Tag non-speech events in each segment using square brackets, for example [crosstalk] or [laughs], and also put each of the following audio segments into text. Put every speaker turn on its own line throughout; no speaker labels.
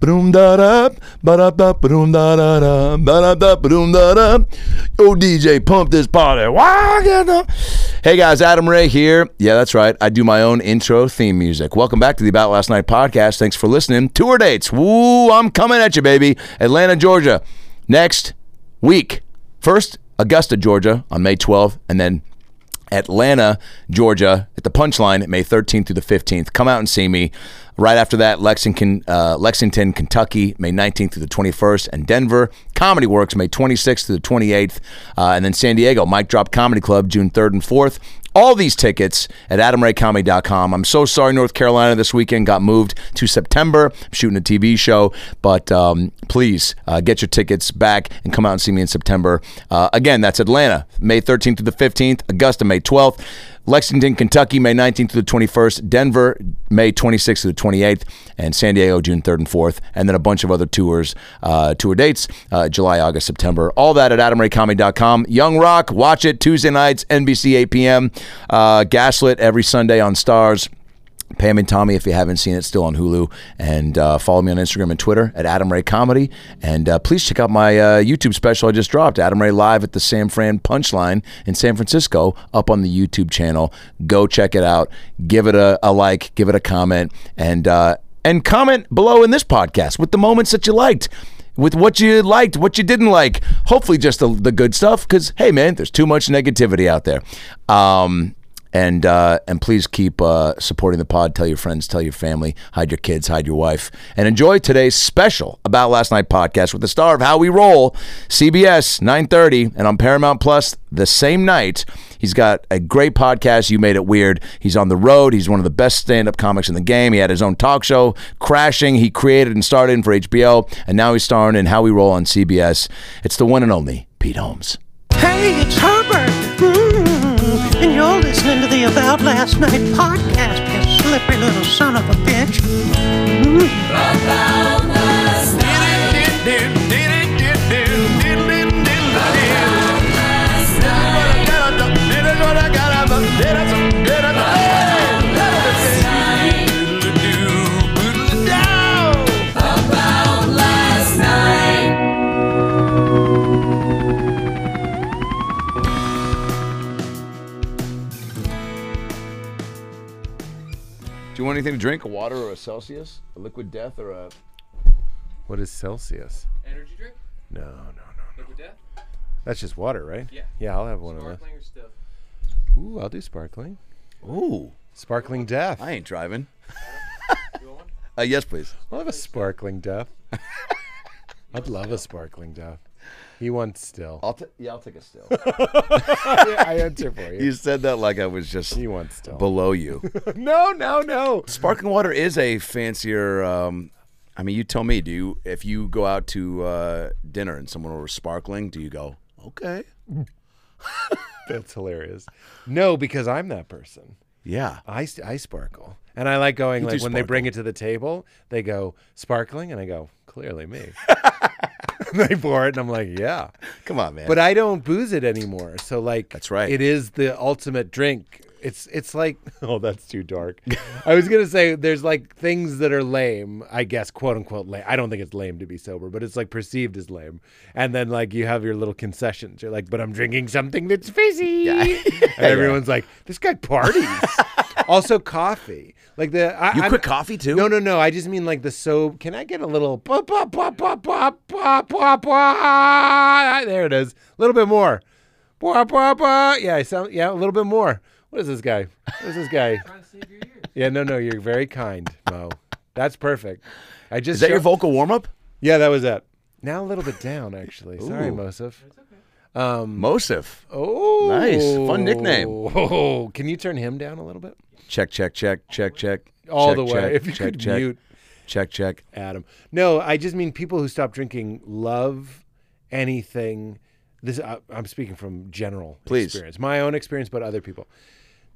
Ba-da-ba-ba-doom-da-da. Ba-da-ba-ba-doom-da-da-da. Ba-da-ba-ba-doom-da-da. Yo, DJ, pump this body. Wah, get up. Hey, guys, Adam Ray here. Yeah, that's right. I do my own intro theme music. Welcome back to the About Last Night podcast. Thanks for listening. Tour dates. Woo, I'm coming at you, baby. Atlanta, Georgia. Next week. First, Augusta, Georgia on May 12th, and then Atlanta, Georgia, at the Punchline, May 13th through the 15th. Come out and see me. Right after that, Lexington, uh, Lexington, Kentucky, May 19th through the 21st, and Denver Comedy Works, May 26th through the 28th, uh, and then San Diego Mike Drop Comedy Club, June 3rd and 4th. All these tickets at AdamRayComedy.com. I'm so sorry, North Carolina this weekend got moved to September. I'm shooting a TV show, but um, please uh, get your tickets back and come out and see me in September. Uh, again, that's Atlanta, May 13th through the 15th, Augusta, May 12th, Lexington, Kentucky, May 19th through the 21st, Denver, May 26th through the 28th, and San Diego, June 3rd and 4th, and then a bunch of other tours, uh, tour dates, uh, July, August, September. All that at AdamRayComedy.com. Young Rock, watch it Tuesday nights, NBC 8 p.m., uh, Gaslit every Sunday on Stars. Pam and Tommy, if you haven't seen it, still on Hulu. And uh, follow me on Instagram and Twitter at Adam Ray Comedy. And uh, please check out my uh, YouTube special I just dropped, Adam Ray Live at the San Fran Punchline in San Francisco, up on the YouTube channel. Go check it out. Give it a, a like, give it a comment, and uh, and comment below in this podcast with the moments that you liked with what you liked, what you didn't like. Hopefully, just the, the good stuff. Because hey, man, there's too much negativity out there. Um, and uh, and please keep uh, supporting the pod. Tell your friends, tell your family, hide your kids, hide your wife, and enjoy today's special about last night podcast with the star of How We Roll, CBS 9:30, and on Paramount Plus the same night. He's got a great podcast. You made it weird. He's on the road. He's one of the best stand-up comics in the game. He had his own talk show, Crashing. He created and starred in for HBO, and now he's starring in How We Roll on CBS. It's the one and only Pete Holmes.
Hey, it's Herbert. Mm, and you're listening to the About Last Night podcast, you slippery little son of a bitch.
Do you want anything to drink? A water or a Celsius? A liquid death or a.
What is Celsius?
Energy drink?
No, no, no.
Liquid death?
That's just water, right?
Yeah.
Yeah, I'll have one of
Sparkling or still?
those. Ooh, I'll do sparkling.
Ooh,
Sparkling death.
I ain't
[laughs]
driving.
You want one?
Uh, yes, please.
I'll have a
[laughs]
sparkling death. I'd love a sparkling death. He wants still.
I'll t- yeah, I'll take a still.
Yeah, I answer for
[laughs] you [laughs]
you.
said that like I was just
He wants still.
below
[laughs]
you.
no, no, no.
Sparkling water is a fancier. Um, I mean, you tell me. Do you if you go out to uh, dinner and someone orders sparkling, do you go okay?
That's hilarious. No, because I'm that person.
Yeah.
I, s- I sparkle. And I like going, like,
do
when they bring it to the table, they go, sparkling. And I go,
[laughs]
clearly me. [laughs] And they pour it. And I'm like, yeah.
Come on, man.
But I don't booze it anymore. So like
That's right.
It is the ultimate drink. It's
[laughs]
it's like oh that's too dark. [laughs] I was gonna say there's like things that are lame, I guess quote unquote lame. I don't think it's lame to be sober, but it's like perceived as lame. And then like you have your little concessions. You're like, but I'm drinking something
[laughs]
that's fizzy. and everyone's like, this guy parties. also coffee. Like the I,
you
I'm-
quit coffee too?
no, no, no. I just mean like the soap. Can I get a little pop, pop, pop, pop, pop, pop, pop, pop? There it is. A little bit more. Pop, pop, pop. Yeah, I sound. Yeah, a little bit more. What is this guy? What is this guy?
[laughs] Trying to save your ears.
Yeah, no, no. You're very kind, Mo. That's perfect. I just
Is that your
show-
vocal warm up?
Yeah, that was it. Now a little bit down, actually. Sorry,
Ooh.
Mosif.
Mosif.
Oh,
Nice. Fun nickname.
Oh, can you turn him down a little bit?
Check, check, check, check, check.
All
check,
the way.
check,
if you
check,
could
check,
mute
Check, check.
Adam. No, I just mean people who stop drinking love anything. This I, I'm speaking from general
Please.
experience, my own experience, but other people.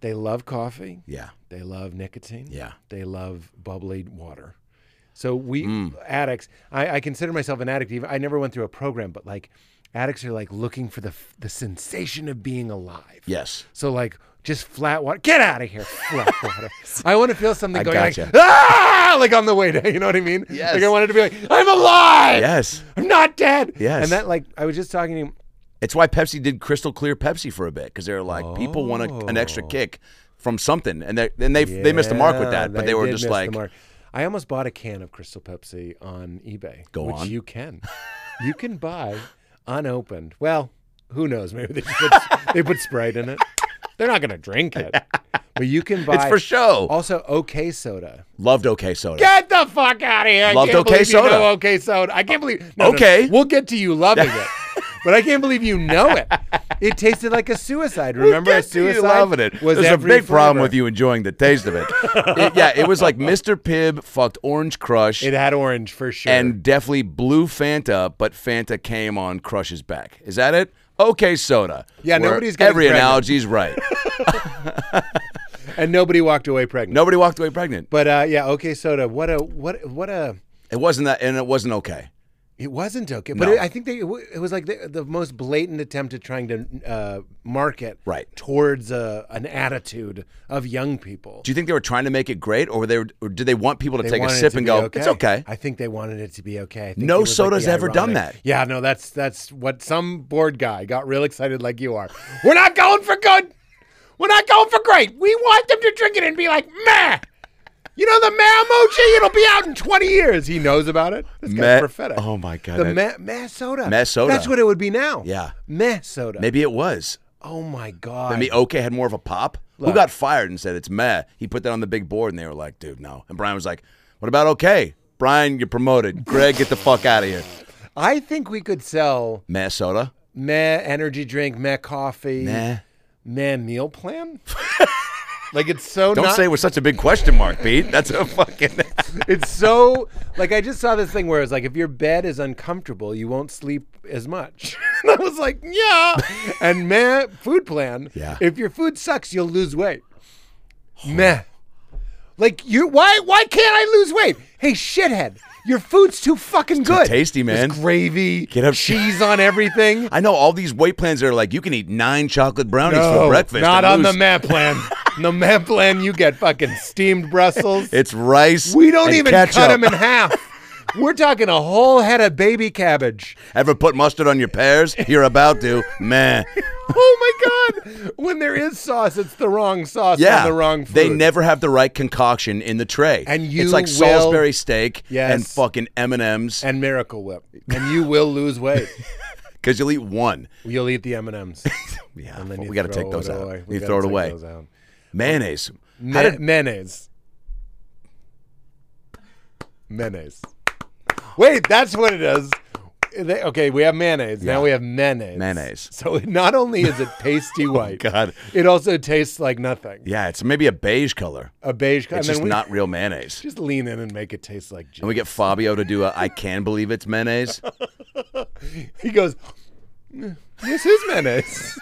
They love coffee.
Yeah.
They love nicotine.
Yeah.
They love bubbly water.
Mm.
So we addicts, I, I consider myself an addict. Even I never went through a program, but like addicts are like looking for the f- the sensation of being alive.
Yes.
So like just flat water. Get out of
[laughs]
here, flat water. I want to feel something
I
going
gotcha.
like ah, like on the way down. You know what I mean?
Yes.
Like I wanted to be like I'm alive.
Yes.
I'm not dead.
Yes.
And that like I was just talking to him.
It's why Pepsi did crystal clear Pepsi for a bit because they're like people want a, an extra kick from something, and they and they they missed the mark with
Oh. Yeah,
that, but they, were
did
just
miss the
like,
mark. I almost bought a can of Crystal Pepsi on eBay.
Go
which
on. [laughs]
You can, you can buy unopened. Well, who knows? Maybe they
[laughs]
put, they put Sprite in it. They're not gonna drink it, but you can buy.
it's for show.
Also, OK Soda.
Loved OK Soda.
Get the fuck out of here! I
Loved
can't
OK
believe
Soda.
You know OK Soda. I can't believe. no, no, no.
Okay.
we'll get to you loving
[laughs]
it, but I can't believe you know it. It tasted like a suicide. Remember
Get
a
to you
suicide?
loving it.
Was
There's a
every
big problem
flavor.
with you enjoying the taste of
[laughs]
it. It- Yeah, it was like Mr. Pibb fucked Orange Crush
It had orange for sure.
and definitely blew Fanta, but Fanta came on Crush's back. Is that it? OK Soda.
Yeah,
Where
nobody's getting
every
pregnant.
analogy's
[laughs]
right.
and nobody walked away pregnant.
Nobody walked away pregnant.
But uh, yeah, okay, soda. What a what what a.
It wasn't that, and it wasn't okay.
It wasn't okay, but
No.
it, I think they, it wa- it was like the, the most blatant attempt at trying to uh, market
Right.
towards a, an attitude of young people.
Do you think they were trying to make it great, or were they? Or did they want people to
They
take a
wanted it
sip
to
and
be
go, "It's okay"?
I think they wanted it to be okay. I think
No
it was, like,
soda's
the
ever done
ironic-
that.
Yeah, no, that's that's what some bored guy got real excited like you are. We're not going for good. We're not going for great. We want them to drink it and be like, meh. You know the meh emoji? It'll be out in 20 years. He knows about it. This guy's
Meh-
prophetic.
oh my God,
The
that-
meh, meh soda.
Meh soda.
That's what it would be now.
Yeah.
Meh soda.
Maybe it was.
Oh my God.
I mean, okay had more of a pop. Who got fired and said it's meh? He put that on the big board, and they were like, "Dude, no." And Brian was like, "What about okay?" Brian, you're promoted. Greg, get the fuck out of here.
I think we could sell
Meh soda.
meh energy drink, meh coffee.
Meh.
Man,
[laughs]
meal plan? like it's so
Don't
not,
say it with such a big question mark, Pete. That's a fucking.
[laughs]
[laughs]
it's so like I just saw this thing where it's like if your bed is uncomfortable, you won't sleep as much. [laughs] and I was like,
[laughs]
yeah. and meh, food plan.
Yeah.
If your food sucks, you'll lose weight. meh. Like you, why? Why can't I lose weight? Hey, shithead, your food's too fucking good.
tasty, man.
There's gravy,
Get up-
cheese on everything.
[laughs] I know all these weight plans that are like you can eat nine chocolate brownies for
No,
breakfast.
Not
and
on the
lose- [laughs]
map plan. the map plan, you get fucking steamed Brussels.
It's rice.
we don't
and
even
ketchup.
cut them in half.
[laughs]
We're talking a whole head of baby cabbage.
Ever put mustard on your pears? You're about to. Meh.
[laughs] Oh my god! When there is sauce, it's the wrong sauce
Yeah,
on the wrong food.
they never have the right concoction in the tray.
And you
it's like
will-
Salisbury steak and
Yes.
fucking M and M's
and Miracle Whip, and you will
[laughs]
lose weight.
because you'll eat one.
You'll eat the M and M's.
[laughs] Yeah,
And then
we
you
got to
throw
take those
it
out.
away.
We,
We
throw
gotta
it away.
take those out.
Mayonnaise.
Ma-
How did-
mayonnaise. Mayonnaise. Wait, that's what it is. They- okay, we have mayonnaise.
Yeah.
Now we have mayonnaise.
Mayonnaise. Oh,
So it, not only
[laughs]
is it pasty white,
God.
it also tastes like nothing.
yeah, it's maybe a beige color.
A beige. co-
It's
and then
just
we
not real mayonnaise.
[laughs] Just lean in and make it taste like
And
jizz.
we get Fabio to do a I can believe it's mayonnaise.
He goes, "This is
[laughs]
mayonnaise."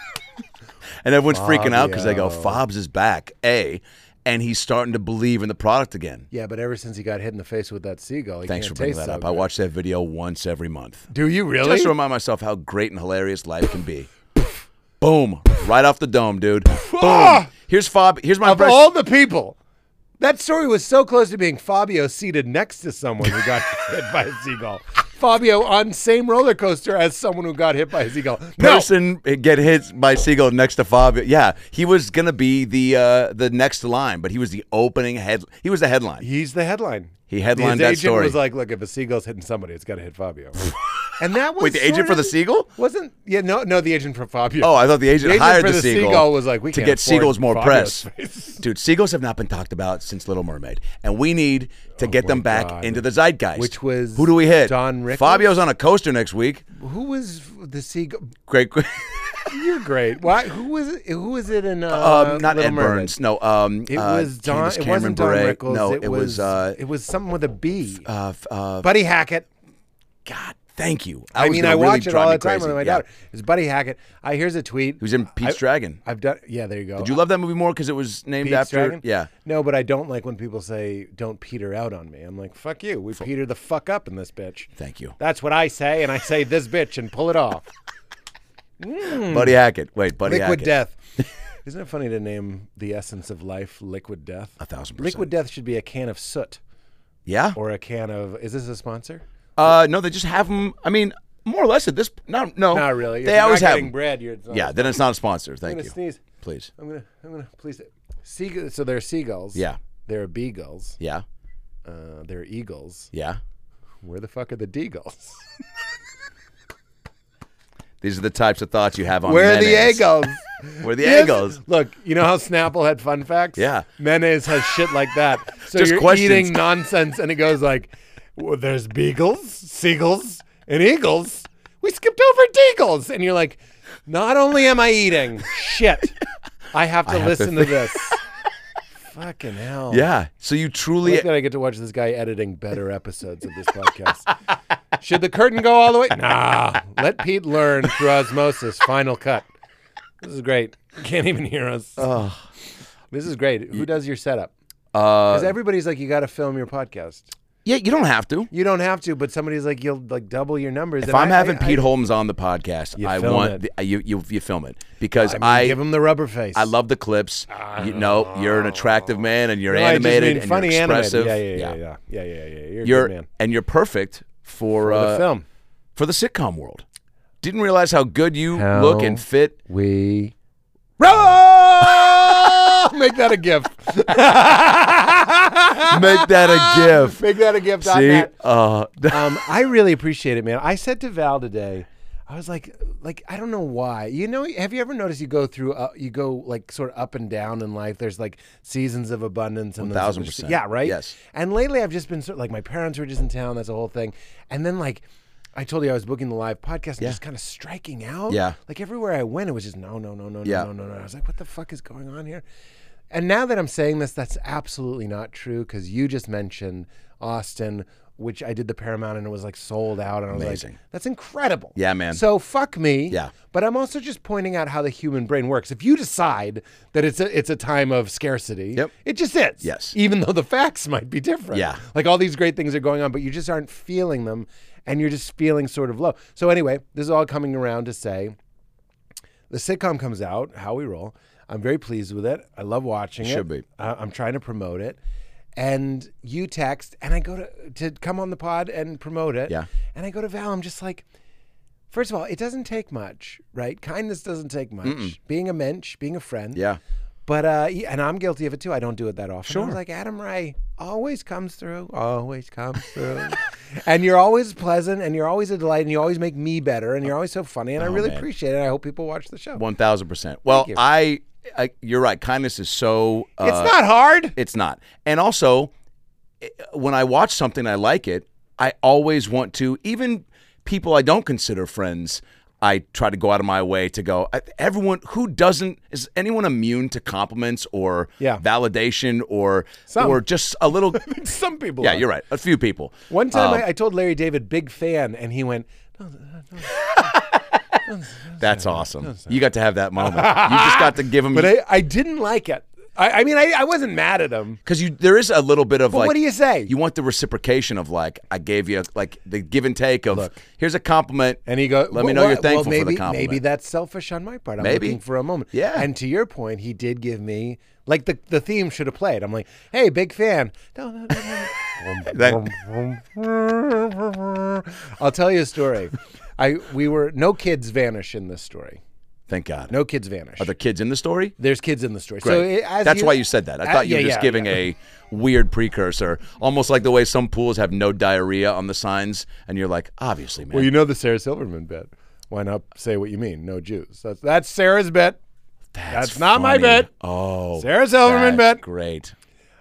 And everyone's freaking out because they go,
Fabio.
Fobs is back, A, and he's starting to believe in the product again.
yeah, but ever since he got hit in the face with that seagull, he
Thanks for
can't
bringing
taste
that up.
so
I
good.
watch that video once every month.
Do you really?
Just to remind myself how great and hilarious life can be. Boom. Right off the dome, dude. Boom.
Ah!
Here's Fob. Here's my
of
best.
all the people. That story was so close to being Fabio seated next to someone who got [laughs] hit by a seagull. Fabio on same roller coaster as someone who got hit by a seagull. No,
person get hit by Seagull next to Fabio. Yeah, he was gonna be the uh, the next line, but he was the opening head. He was the headline.
he's the headline.
He headlined
His
that
agent
story.
was like, "Look, if a seagull's hitting somebody, it's got to hit
[laughs]
Fabio." and that was
Wait, the agent
sort
for the
of-
seagull?
wasn't. Yeah, no, no, the agent for Fabio.
Oh, I thought the agent,
The agent
hired
for
the,
the
seagull,
Seagull was like, "We
to
can't
get seagulls
afford
more
Fabio's
press. [laughs] Dude, seagulls have not been talked about since Little Mermaid, and we need to get them back
Oh God.
into the zeitgeist.
Which was
who do we hit?
Don Rickles?
Fabio's on a coaster next week.
who was the seagull?
Great. [laughs]
You're great. Why? Who was it? Who was it in? Uh,
Um, not
Little
Ed
Mermaid?
Burns. No. Um,
It
uh,
was Don.
Candace
it
Cameron
wasn't Don
Bure.
Rickles.
No,
it, was.
uh,
it was something with a B.
uh, f- uh,
Buddy Hackett.
God, thank you.
I,
was
mean,
gonna
I
really
watch it
drive
all
me
the time
crazy.
with my
Yeah.
daughter. It's Buddy Hackett. I here's a tweet.
He was in Pete's
I-
Dragon.
I've done. Yeah, there you go.
Did you love that movie more because it was named
Pete's
after?
Dragon?
Yeah.
No, but I don't like when people say "Don't peter out on me." I'm like, "Fuck you." We peter the fuck up in this bitch.
Thank you.
That's what I say, and I say this bitch and pull it off.
Buddy Hackett. Wait, Buddy
Hmm. Liquid
Hackett.
death.
[laughs]
Isn't it funny to name the essence of life liquid death? A
thousand
Liquid death should be a can of soot
Yeah.
or a can of. Is this a sponsor?
Uh, no, they just have them. I mean, more or less at this. Not no.
Not really.
Oh,
If
They
you're
always
not
have.
getting
'em.
bread. You're it's not-
Yeah. Then it's not a sponsor.
I'm
Thank
gonna
you.
sneeze.
Please.
I'm gonna. I'm gonna. Please. Seagu- so they're seagulls.
Yeah.
They're beagles.
Yeah.
Uh, they're eagles.
Yeah.
Where the fuck are the deagles?
These are the types of thoughts you have on.
Where are the
mayonnaise. [laughs]
eagles?
Where are the
Yes.
eggos?
Look, you know how Snapple had fun facts?
Yeah.
Mayonnaise has shit like
[laughs]
that. So
Just
you're
questions.
eating nonsense, and it goes like, well, there's beagles, seagulls, and eagles. We skipped over deagles. And you're like, not only am I eating shit,
[laughs]
I have to
have to
listen to, this. Fucking hell.
Yeah. So you
I
truly.
like that I get to watch this guy editing better episodes of this podcast.
[laughs]
Should the curtain go all the way? Nah. Let Pete learn through osmosis. Final cut. This is great. You Can't even hear us. This is great. Who does your setup?
Uh,
Because everybody's like, you got to film your podcast.
yeah. You don't have to.
You don't have to, but somebody's like, you'll like double your numbers.
If
And
I'm
I-
having
I-
Pete
I-
Holmes on the podcast,
You
I
film
want
it.
the, you, you you film it because
I, mean,
I
give him the rubber face.
I love the clips. you know, you're an attractive man and you're
No, I just
animated
mean
and
funny
you're
animated.
expressive.
Yeah, yeah, yeah, yeah, yeah, yeah, yeah. You're, a good
You're
man.
and you're perfect for,
For
uh,
the film.
for the sitcom world. Didn't realize how good you
How-
look and fit.
We roll. Make that a gift.
[laughs] Make that
[laughs]
a gift.
Make that a gift. on
See,
that.
uh, [laughs]
Um, I really appreciate it, man. I said to Val today, I was like, like I don't know why. You know, have you ever noticed you go through, uh, you go like sort of up and down in life. There's like seasons of abundance and then
1000%.
Yeah, right.
Yes.
And lately, I've just been sort of like my parents were just in town. That's a whole thing. And then like. I told you I was booking the live podcast and just kind of striking out.
Yeah.
Like everywhere I went, it was just no, no, no, no,
Yeah.
no, no, no, no. I was like, what the fuck is going on here? And now that I'm saying this, that's absolutely not true because you just mentioned Austin, which I did the Paramount and it was like sold out. And I was
Amazing.
like, that's incredible.
Yeah, man.
So fuck me.
Yeah.
But I'm also just pointing out how the human brain works. If you decide that it's a, it's a time of scarcity,
Yep.
it just is.
Yes.
Even though the facts might be different.
Yeah.
Like all these great things are going on, but you just aren't feeling them and you're just feeling sort of low. So, anyway, this is all coming around to say the sitcom comes out, How We Roll. I'm very pleased with it. I love watching it.
Should be.
Uh, I'm trying to promote it. And you text, and I go to, to come on the pod and promote it.
Yeah.
And I go to Val, I'm just like, first of all, it doesn't take much, right? Kindness doesn't take much. Being a mensch, being a friend.
yeah,
But uh, yeah, and I'm guilty of it too. I don't do it that often. Sure. I was like Adam Ray always comes through, always comes through, [laughs] and you're always pleasant, and you're always a delight, and you always make me better, and you're always so funny, and I really
Oh. man.
appreciate it. and I hope people watch the show.
one thousand percent. Well,
you.
I, I, you're right. Kindness is so. Uh,
it's not hard.
It's not. And also, i- when I watch something, I like it. I always want to, even people I don't consider friends, I try to go out of my way to go. I- Everyone who doesn't is anyone immune to compliments or
Yeah.
validation or
Some.
or just a
[laughs]
little.
Some people.
yeah,
are.
you're right. A few people.
One time
Um,
I, I told Larry David, big fan, and he went, "No,
that's awesome. You got to have
[laughs]
that moment. you just got to give them
but I, I didn't like it. I, I mean, I, I wasn't mad at him.
because you there is a little bit of
But
like
what do you say?
You want the reciprocation of like I gave you like the give and take of here's a compliment
And he goes,
let me know you're thankful
maybe,
for the compliment.
Maybe that's selfish on my part. I'm
Maybe.
looking for a moment.
Yeah.
And to your point, he did give me like the the theme should have played. I'm like, hey, big fan. No, no, no, no.
That-
I'll tell you a story. I we were no kids vanish in this story.
[laughs] thank God.
No kids vanish.
Are the kids in the story?
There's kids in the story. So
Great.
it- as
that's
you,
why you said that. I
Uh,
thought you
yeah,
were just
yeah,
giving
yeah.
a weird precursor, almost like the way some pools have no diarrhea on the signs, and you're like, obviously, man.
Well, you know the Sarah Silverman bit. Why not say what you mean? No Jews. That's that's Sarah's bit. That's, not my
funny.
bit.
Oh,
Sarah Silverman
that's
bit.
Great.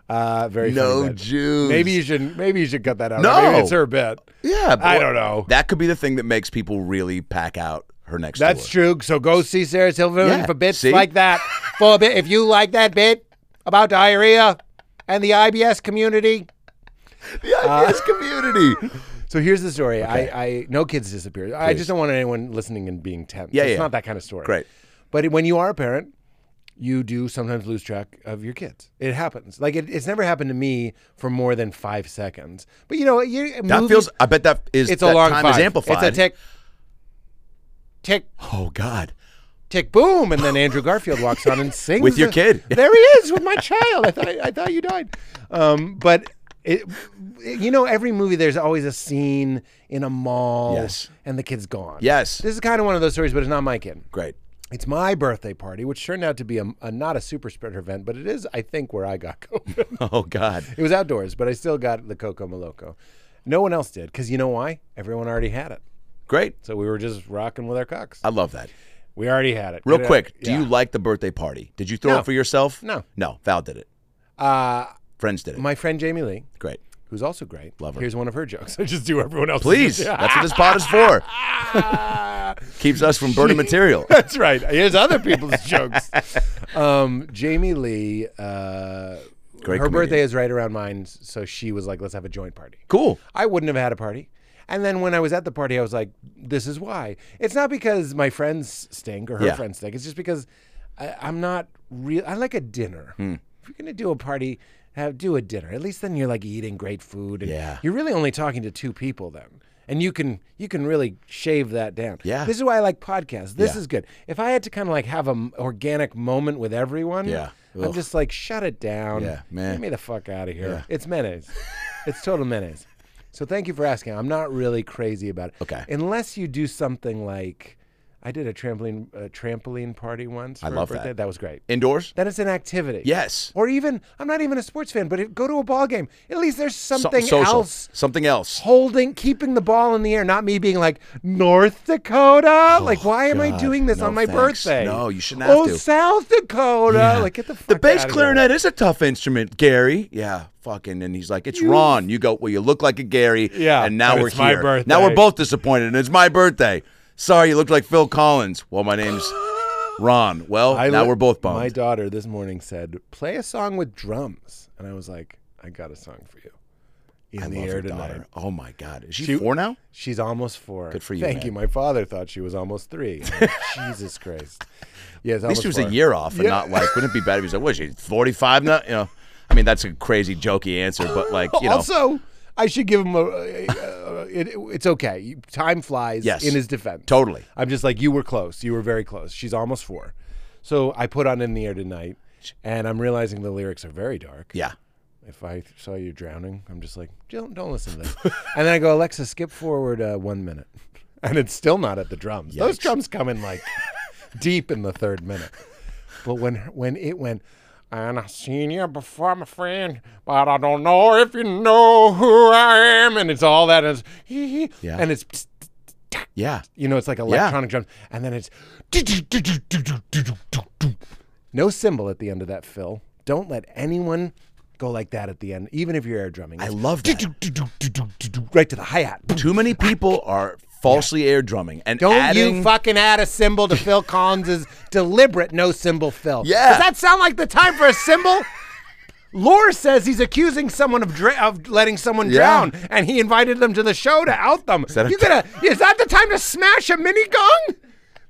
Uh, very
No
funny bit.
Jews.
Maybe you should maybe you should cut that out.
No.
Maybe it's her bit.
Yeah,
I
boy.
don't know.
That could be the thing that makes people really pack out her next.
That's
tour.
true. So go see Sarah Silverman
Yeah,
for bits
see?
like that. For a bit, if you like that bit about diarrhea and the IBS community.
The IBS community.
So here's the story. I, I no kids disappeared. I just don't want anyone listening and being tense.
Yeah,
it's
yeah.
not that kind of story.
Great.
But when you are a parent, you do sometimes lose track of your kids. It happens. Like it, it's never happened to me for more than five seconds. But you know, you,
That
movies-
feels. I bet that is.
it's
that
a long
time
five.
is amplified.
It's a tick. tick,
Oh God.
tick, boom, and then Andrew Garfield walks on and sings
With your
the-
kid.
[laughs] There he is with my child. I thought I thought you died, um, but it, you know, every movie there's always a scene in a mall,
Yes.
and the kid's gone.
Yes.
this is kind of one of those stories, but it's not my kid.
Great. [laughs]
It's my birthday party, which turned out to be a, a not a super spreader event, but it is, I think, where I got [laughs] COVID.
Oh God.
It was outdoors, but I still got the Coco Maloco. No one else did, because you know why? Everyone already had it.
Great.
So we were just rocking with our cocks.
I love that.
We already had it.
Real
Get it
quick,
out.
do you like the birthday party? Did you throw
No.
it for yourself?
No.
No. Val did it.
Yeah. Uh,
Friends did it.
my friend Jamie Lee,
Great.
who's also great.
Love her.
Here's one of her jokes. [laughs] I just do everyone else. [laughs]
Please. That's what this pod is for. Keeps us from
[laughs]
burning material.
That's right. Here's other people's jokes. Um, Jamie Lee, uh,
Great
her
comedian.
birthday is right around mine, so she was like, "Let's have a joint party."
Cool.
I wouldn't have had a party. And then when I was at the party, I was like, this is why. It's not because my friends stink or her
Yeah.
friends stink. It's just because I, I'm not real. I like a dinner.
Hmm.
If you're going to do a party, have, do a dinner. At least then you're like eating great food. And
Yeah.
You're really only talking to two people then. And you can you can really shave that down.
Yeah.
This is why I like podcasts. This
Yeah.
is good. If I had to kind of like have an organic moment with everyone,
Yeah.
I'm
Ugh.
just like shut it down.
Yeah, man.
Get me the fuck out of here. It's mayonnaise. it's total mayonnaise. So thank you for asking. I'm not really crazy about it.
Okay.
Unless you do something like, I did a trampoline a trampoline party once. For a
love that.
birthday. That was great.
Indoors?
That is an activity.
Yes.
Or even I'm not even a sports fan, but it, go to a ball game. At least there's something
Something social.
else
Something else.
holding, keeping the ball in the air. Not me being like North Dakota. like why am I
Oh, God.
doing this
No,
on my
thanks.
birthday?
No, you shouldn't have
oh,
to."
South Dakota. Like get the fuck
The bass
outta here.
clarinet is a tough instrument, Gary. Yeah, fucking. And he's like, it's Ron. You go, well, you look like a Gary.
Yeah,
And now
and
we're
it's my
here. Now
birthday.
we're both disappointed, and it's my birthday. Sorry, you looked like Phil Collins. Well, my
[gasps]
name's Ron. Well,
I
now
li-
we're both
My
bummed.
daughter this morning said, "Play a song with drums," and I was like, "I got a song for you." In
I
the
love
air
your
tonight.
daughter. Oh my God, is she,
She-
four now?
She's almost four.
Good for you,
Thank
man.
you. My father thought she was almost three.
[laughs]
I'm like, Jesus Christ. Yes,
At least she was a year off, and not like. Wouldn't it be better if he was like, what? She's forty-five now. You know, I mean, that's a crazy jokey answer, but like,
[laughs]
you know,
Also, I should give him a. Uh, it, it's okay. You- Time flies.
Yes.
In his defense.
totally.
I'm just like, you were close. You were very close. She's almost four. So I put on In the Air Tonight, and I'm realizing the lyrics are very dark.
Yeah.
if I saw you drowning, I'm just like, don't don't listen to this. [laughs] and then I go, Alexa, skip forward uh, one minute, [laughs] and it's still not at the drums. Those
Yikes.
drums come in like deep in the third minute. But when when it went, and I've seen you before, my friend, but I don't know if you know who I am, and it's all that is, [laughs]
Yeah.
and it's
Yeah.
you know, it's like electronic drums, and then it's no symbol at the end of that fill. Don't let anyone go like that at the end, even if you're air drumming.
I
It's
love that.
right to the hi hat.
Too many people are falsely air drumming and
Don't
adding
you fucking add a symbol to Phil Collins's deliberate no symbol fill.
Yeah.
Does that sound like the time for a symbol? Lore says he's accusing someone of dra- of letting someone
Yeah.
drown, and he invited them to the show to out them.
that a-
you gonna? Is that the time to smash a mini gong?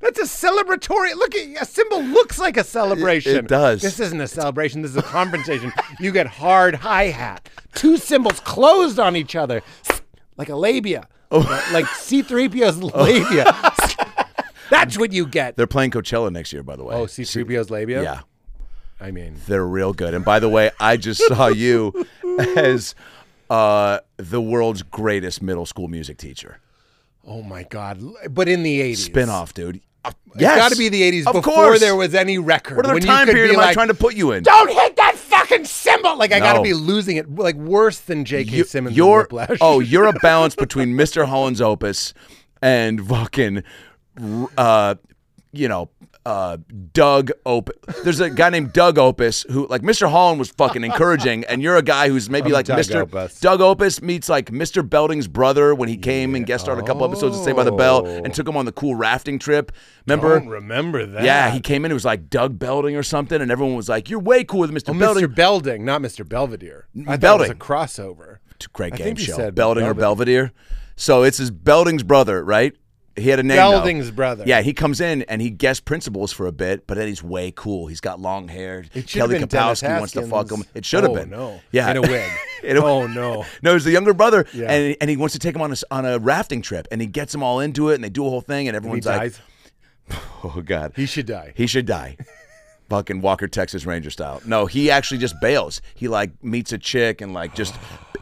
That's a celebratory. Look, at- a symbol looks like a celebration.
does.
This isn't a celebration. This is a [laughs] confrontation. you get hard hi hat. Two symbols closed on each other, like a labia, [laughs] like C-3PO's [laughs] labia. That's what you get.
They're playing Coachella next year, by the way.
Oh, C-3PO's labia.
yeah.
I mean,
They're real good. And by the way, I just saw
[laughs]
you as uh, the world's greatest middle school music teacher.
oh my God! But in the '80s,
Spin off, dude. Uh,
It's
yes.
got to be the 80s
Of
before
course.
there was any record.
What other
when you
time
could
period
be
am I
like,
trying to put you in?
Don't hit that fucking symbol! Like, I got
No.
to be losing it, like, worse than J.K.
You-
Simmons and
you're-
Whiplash.
[laughs] oh,
[laughs]
you're a balance between Mr. Holland's Opus and fucking, r- uh, you know, uh, Doug Opus. There's a guy named Doug Opus who, like, Mr. Holland was fucking encouraging, and you're a guy who's maybe like
Doug
Mr.
Opus.
Doug Opus meets like Mr. Belding's brother when he came and guest starred a couple episodes of Saved by the Bell
Oh.
and took him on the cool rafting trip. Remember?
don't remember that.
yeah, he came in. It was like Doug Belding or something, and everyone was like, "You're way cool with Mr.
Oh,
Belding."
Mr. Belding, not Mr. Belvedere. I thought
Belding.
it was a crossover.
great
I
game
think he
show.
said
Belding or Belvedere. So it's his Belding's brother, right? He had a name. though.
Belding's brother.
Yeah, he comes in and he guest principals for a bit, but then he's way cool. He's got long hair.
It should have
Kelly
been Dennis
Kapowski wants to fuck him.
Haskins.
It should have
Oh,
been.
no.
Yeah.
In a wig.
[laughs] In a- [laughs]
oh, no.
No, he's the younger brother,
Yeah.
and and he wants to take him on a s- on a rafting trip, and he gets them all into it, and they do a whole thing, and everyone's like,
dies?
Oh God,
He should die.
He should die. Fucking Walker Texas Ranger style. No, he actually just bails. He like meets a chick and like just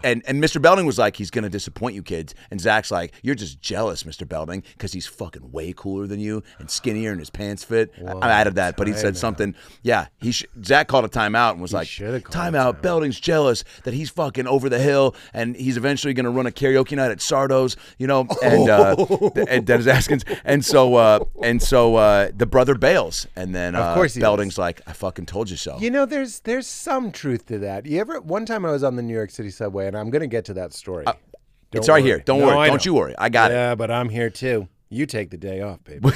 and and Mr. Belding was like, he's gonna disappoint you kids. And Zach's like, you're just jealous, Mr. Belding, because he's fucking way cooler than you and skinnier and his pants fit. I- I added that, but he said something. Yeah, he sh- Zach called a timeout and was like,
should've called
timeout. Belding's jealous that he's fucking over the hill and he's eventually gonna run a karaoke night at Sardo's, you know, and
[laughs]
uh,
Oh.
th- and Dennis Askins. And so uh, and so uh, the brother bails, and then uh,
course he
Belding's like, I fucking told you so.
You know, there's there's some truth to that. You ever? One time I was on the New York City subway, and I'm gonna get to that story.
Uh, it's right here. Don't worry. Don't you worry. I got it.
Yeah, but I'm here too. You take the day off, baby.
[laughs]
boy.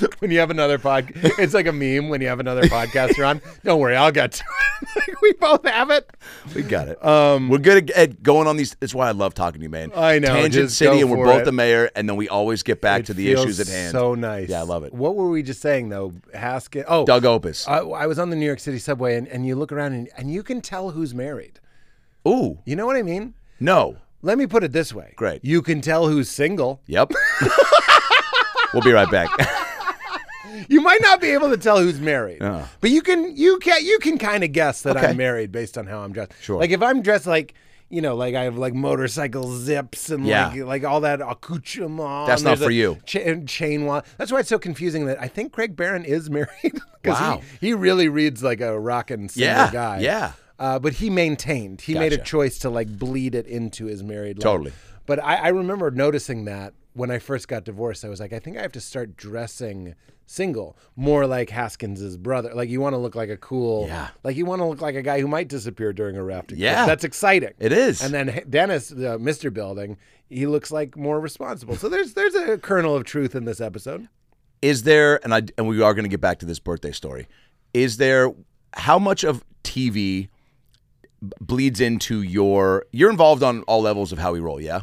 [laughs] when you have another pod, it's like a meme when you have another
[laughs]
podcaster on. Don't worry, I'll get to it. [laughs] like we both have it.
We got it. Um, we're good at, at going on these. That's why I love talking to you, man.
I know,
Tangent
just
City,
go
and we're
for
both
it.
the mayor, and then we always get back to the
Feels
issues at hand.
So nice.
Yeah, I love it.
What were we just saying though? Haskett. Oh,
Doug Opus.
I, I was on the New York City subway, and, and you look around, and, and you can tell who's married.
Ooh,
You know what I mean?
no.
Let me put it this way.
Great.
You can tell who's single.
Yep. [laughs] we'll be right back.
You might not be able to tell who's married, but you can you can you can kind of guess that
Okay.
I'm married based on how I'm dressed.
Sure.
Like if I'm dressed like you know, like I have like motorcycle zips and
Yeah.
like like all that accoutrement.
That's
and
not
there's a
for you.
Cha- and chain wa- That's why it's so confusing that I think Greg Barron is [laughs] married. 'Cause he-
Wow.
He, really reads like a rockin' single
Yeah,
guy.
yeah.
Uh, but he maintained. He made a
Gotcha.
choice to like bleed it into his married life.
Totally.
But I, I remember noticing that when I first got divorced, I was like, I think I have to start dressing single more like Haskins's brother. Like you want to look like a cool,
Yeah.
like you want to look like a guy who might disappear during a rafting. trip.
Yeah.
that's exciting.
It is.
And then H- Dennis, uh, Mr. Building, he looks like more responsible. So there's there's a kernel of truth in this episode.
is there and I and we are going to get back to this birthday story. Is there how much of TV b- bleeds into your you're involved on all levels of how we roll, yeah?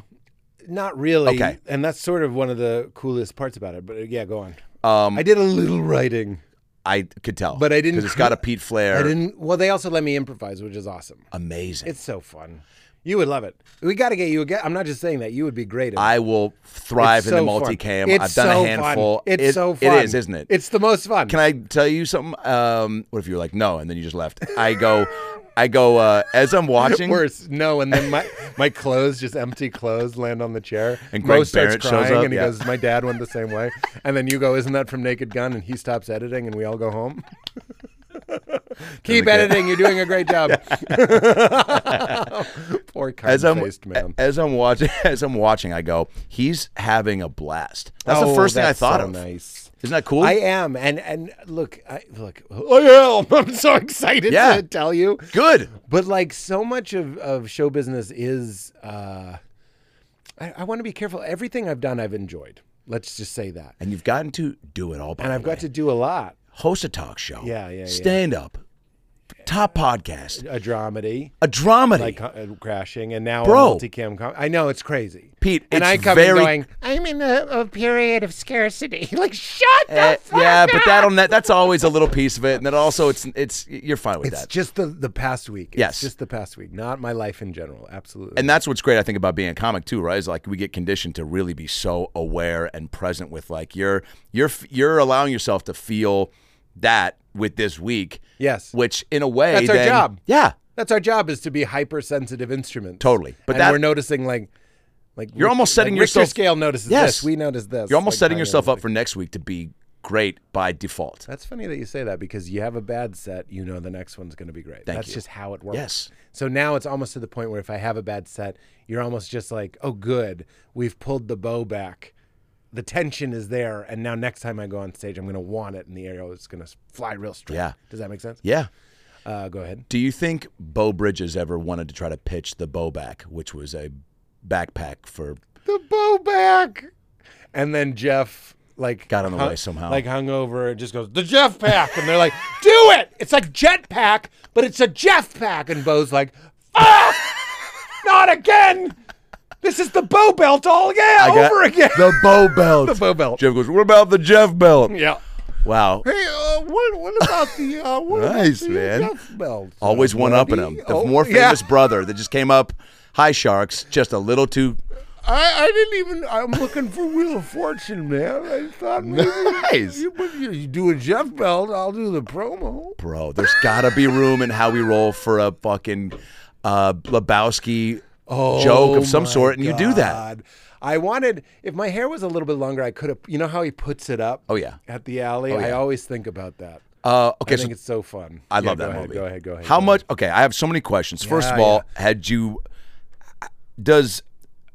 Not really.
Okay.
And that's sort of one of the coolest parts about it. But uh, yeah, go on. Um, I did a little writing.
I could tell.
But I didn't
cuz it's got
cre- [laughs]
a Pete Flair.
I didn't. Well, they also let me improvise, which is awesome.
amazing.
It's so fun. You would love it. We got to get you again. I'm not just saying that. You would be great at it.
I will thrive
It's
in the
so fun.
multicam.
It's
I've done
so
a
fun.
handful.
It's
It-
so fun.
It is, isn't it?
It's the most fun.
Can I tell you something? Um, what if you were like, no, and then you just left? I go, I go, uh, as I'm watching.
Worse, no. And then my my clothes, just empty clothes, land on the chair.
And
Mo
Greg
starts
Barrett shows
crying,
up,
and he
yeah.
goes, "My dad went the same way." And then you go, "Isn't that from Naked Gun?" And he stops editing, and we all go
[laughs]
home. Keep editing. You're doing a great job. [laughs] Poor
as I'm
kind-faced man.
as I'm watching [laughs] as I'm watching, I go, he's having a blast. That's the
Oh,
first thing I
that's
thought
so
of.
Nice.
Isn't that cool?
I am, and and look, I look, I am. [laughs] I'm so excited
Yeah.
to tell you.
Good.
But like, so much of of show business is. uh I, I want to be careful. Everything I've done, I've enjoyed. Let's just say that.
And you've gotten to do it all. By
And I've
the way.
got to do a lot.
host a talk show.
Yeah, yeah, yeah.
Stand up, top podcast,
A dramedy,
a dramedy.
like uh, crashing, and now
Bro.
a multicam. Com- I know it's crazy,
Pete,
And
it's
I come
very-
in going, I'm in a, a period of scarcity. [laughs] like, shut
Uh,
the fuck
yeah, but
up.
that on that that's always a little piece of it, and then also it's it's you're fine with
It's
that.
just the the past week. It's
Yes.
just the past week, not my life in general. Absolutely.
and that's what's great, I think, about being a comic too, right? Is like we get conditioned to really be so aware and present with like you're you're f- you're allowing yourself to feel that with this week.
Yes.
Which in a way
That's our
then-
job.
Yeah.
That's our job is to be hypersensitive instruments.
Totally. But
and
that-
we're noticing like, like
You're almost setting
like Richter
yourself-
scale notices
Yes.
this. We notice this.
You're almost
like,
setting
I
yourself
notice
up for next week to be great by default.
it. That's funny that you say that because you have a bad set, you know the next one's going to be great. That's
you.
just how it works.
Yes.
So now it's almost to the point where if I have a bad set, you're almost just like, oh, good, we've pulled the bow back. The tension is there, and now next time I go on stage, I'm going to want it, and the arrow is going to fly real straight.
Yeah.
Does that make sense?
Yeah.
Uh, go ahead.
Do you think Bo Bridges ever wanted to try to pitch the Bowback, which was a backpack for
the bow back. And then Jeff like
Got in the way somehow.
Like hung over and just goes, the Jeff pack. And they're like, do it. It's like jet pack, but it's a Jeff pack. And Bo's like, fuck, not again. This is the bow belt all yeah,
I got
over again.
the [laughs]
[laughs]
Bow Belt?
The bow belt.
Jeff goes, "What about the Jeff Belt?"
yeah.
Wow.
Hey, uh, what, what about the uh, what about
Nice,
the
man.
Jeff belt?
Always
uh,
one upping
buddy?
him. The
Oh,
more
yeah.
famous brother that just came up, hi Sharks, just a little too
I, I didn't even. I'm looking for Wheel of Fortune, man. I thought maybe
Nice.
you, but you, you do a Jeff Belt, I'll do the promo.
Bro, there's gotta be room in how we roll for a fucking uh, Lebowski joke of some
Oh my
sort, and you do that.
God. I wanted if my hair was a little bit longer, I could have. You know how he puts it up?
Oh, yeah. Oh,
At the alley, I
yeah.
always think about that.
Uh, okay,
I
so
think it's so fun.
I
Yeah,
love
go
that
ahead,
movie.
Go ahead. Go ahead.
How
go
much? Okay, I have so many questions. First of
Yeah,
all, had you? Does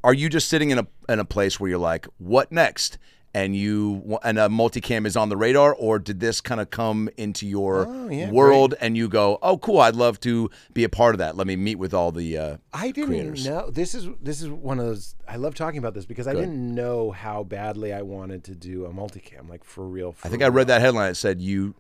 are you just sitting in a in a place where you're like, what next? And you wa- and a multicam is on the radar, or did this kind of come into your
Oh, yeah,
world and you go, oh, cool, I'd love to be a part of that. Let me meet with all the. Uh,
I didn't
creators.
know this is this is one of those. I love talking about this because I didn't know how badly I wanted to do a multicam, like for real. For
I think I read that headline. It said you.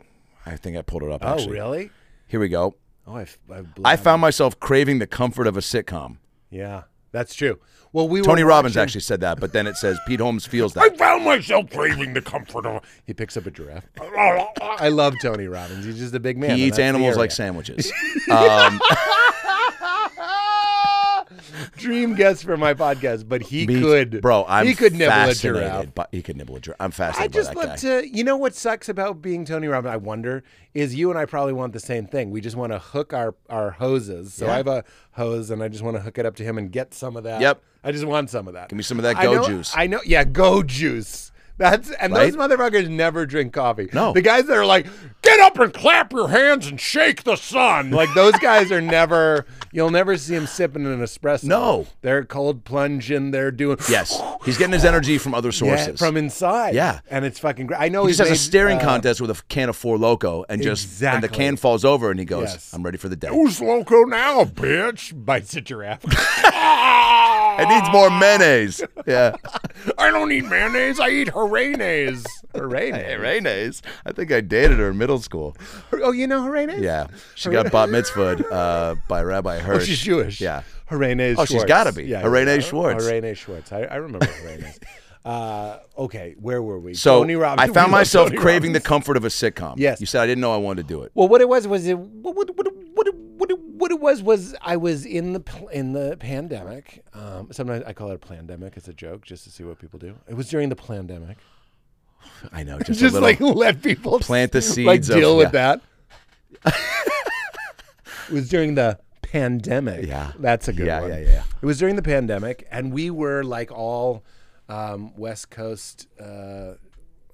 I think I pulled it up.
Oh
actually.
really?
Here we go.
Oh, I've, I've
I found myself craving the comfort of a sitcom.
Yeah, that's true. Well, we
Tony
were
Robbins
watching-
actually said that, but then it says Pete Holmes feels
I
that.
found myself craving the comfort of. He picks up a [laughs] giraffe. I love Tony Robbins. He's just a big man. and
He eats
that's the
animals like
area.
sandwiches.
[laughs] Dream guest for my podcast, but he
Be-
could,
bro. I'm
he could nibble a
fascinated
giraffe.
by- he could nibble a giraffe. I'm fascinated
I just
by that guy.
love to. You know what sucks about being Tony Robbins? I wonder is you and I probably want the same thing. We just want to hook our our hoses. So I have a hose, and I just want to hook it up to him and get some of that.
Yep.
I just want some of that. Give
me some of that
I
go
know-
juice.
I know. Yeah, go juice. That's and those
Right?
motherfuckers never drink coffee.
No.
the guys that are like, get up and clap your hands and shake the sun. Like those guys are never. You'll never see them sipping an espresso.
No.
they're cold plunging. They're doing
yes, he's getting his energy from other sources.
yeah, from inside.
Yeah.
and it's fucking great. I know
he
he's
just has a
made,
staring
uh,
contest with a f- can of Four Loco, and just and the
Exactly.
can falls over, and he goes,
Yes.
"I'm ready for the day." [laughs]
Who's loco now, bitch? Bites a giraffe.
It needs more
[laughs]
mayonnaise. Yeah,
I don't eat mayonnaise. I eat hooray-nays.
[laughs]
Hooray-nays.
mayonnaise. I think I dated her in middle school.
Oh, you know hooray-nays?
Yeah, she got bat mitzvahed uh, by Rabbi
Oh,
Hirsch.
she's Jewish.
Yeah.
Hooray-nays
Oh,
Schwartz.
she's gotta be. Hooray-nays
yeah.
Schwartz.
Hooray-nays Schwartz. I, I remember
[laughs]
hooray-nays. uh, okay, where were we?
So
Tony Robbins.
I
We
found
love
myself
Tony
craving
Robbins.
the comfort of a sitcom.
Yes.
you said I didn't know I wanted to do it.
Well, what it was was it what what what what it- what it, what it was was I was in the pl- in the pandemic. Um, sometimes I call it a pandemic. It's a joke just to see what people do. It was during the pandemic.
I know, just,
Just
a little.
like let people
Plant the
[laughs] like
seeds of-
deal
yeah.
with that. [laughs] it was during the pandemic.
Yeah.
that's a good
Yeah,
one.
yeah, yeah.
It was during the pandemic, and we were like all um, West Coast. Uh,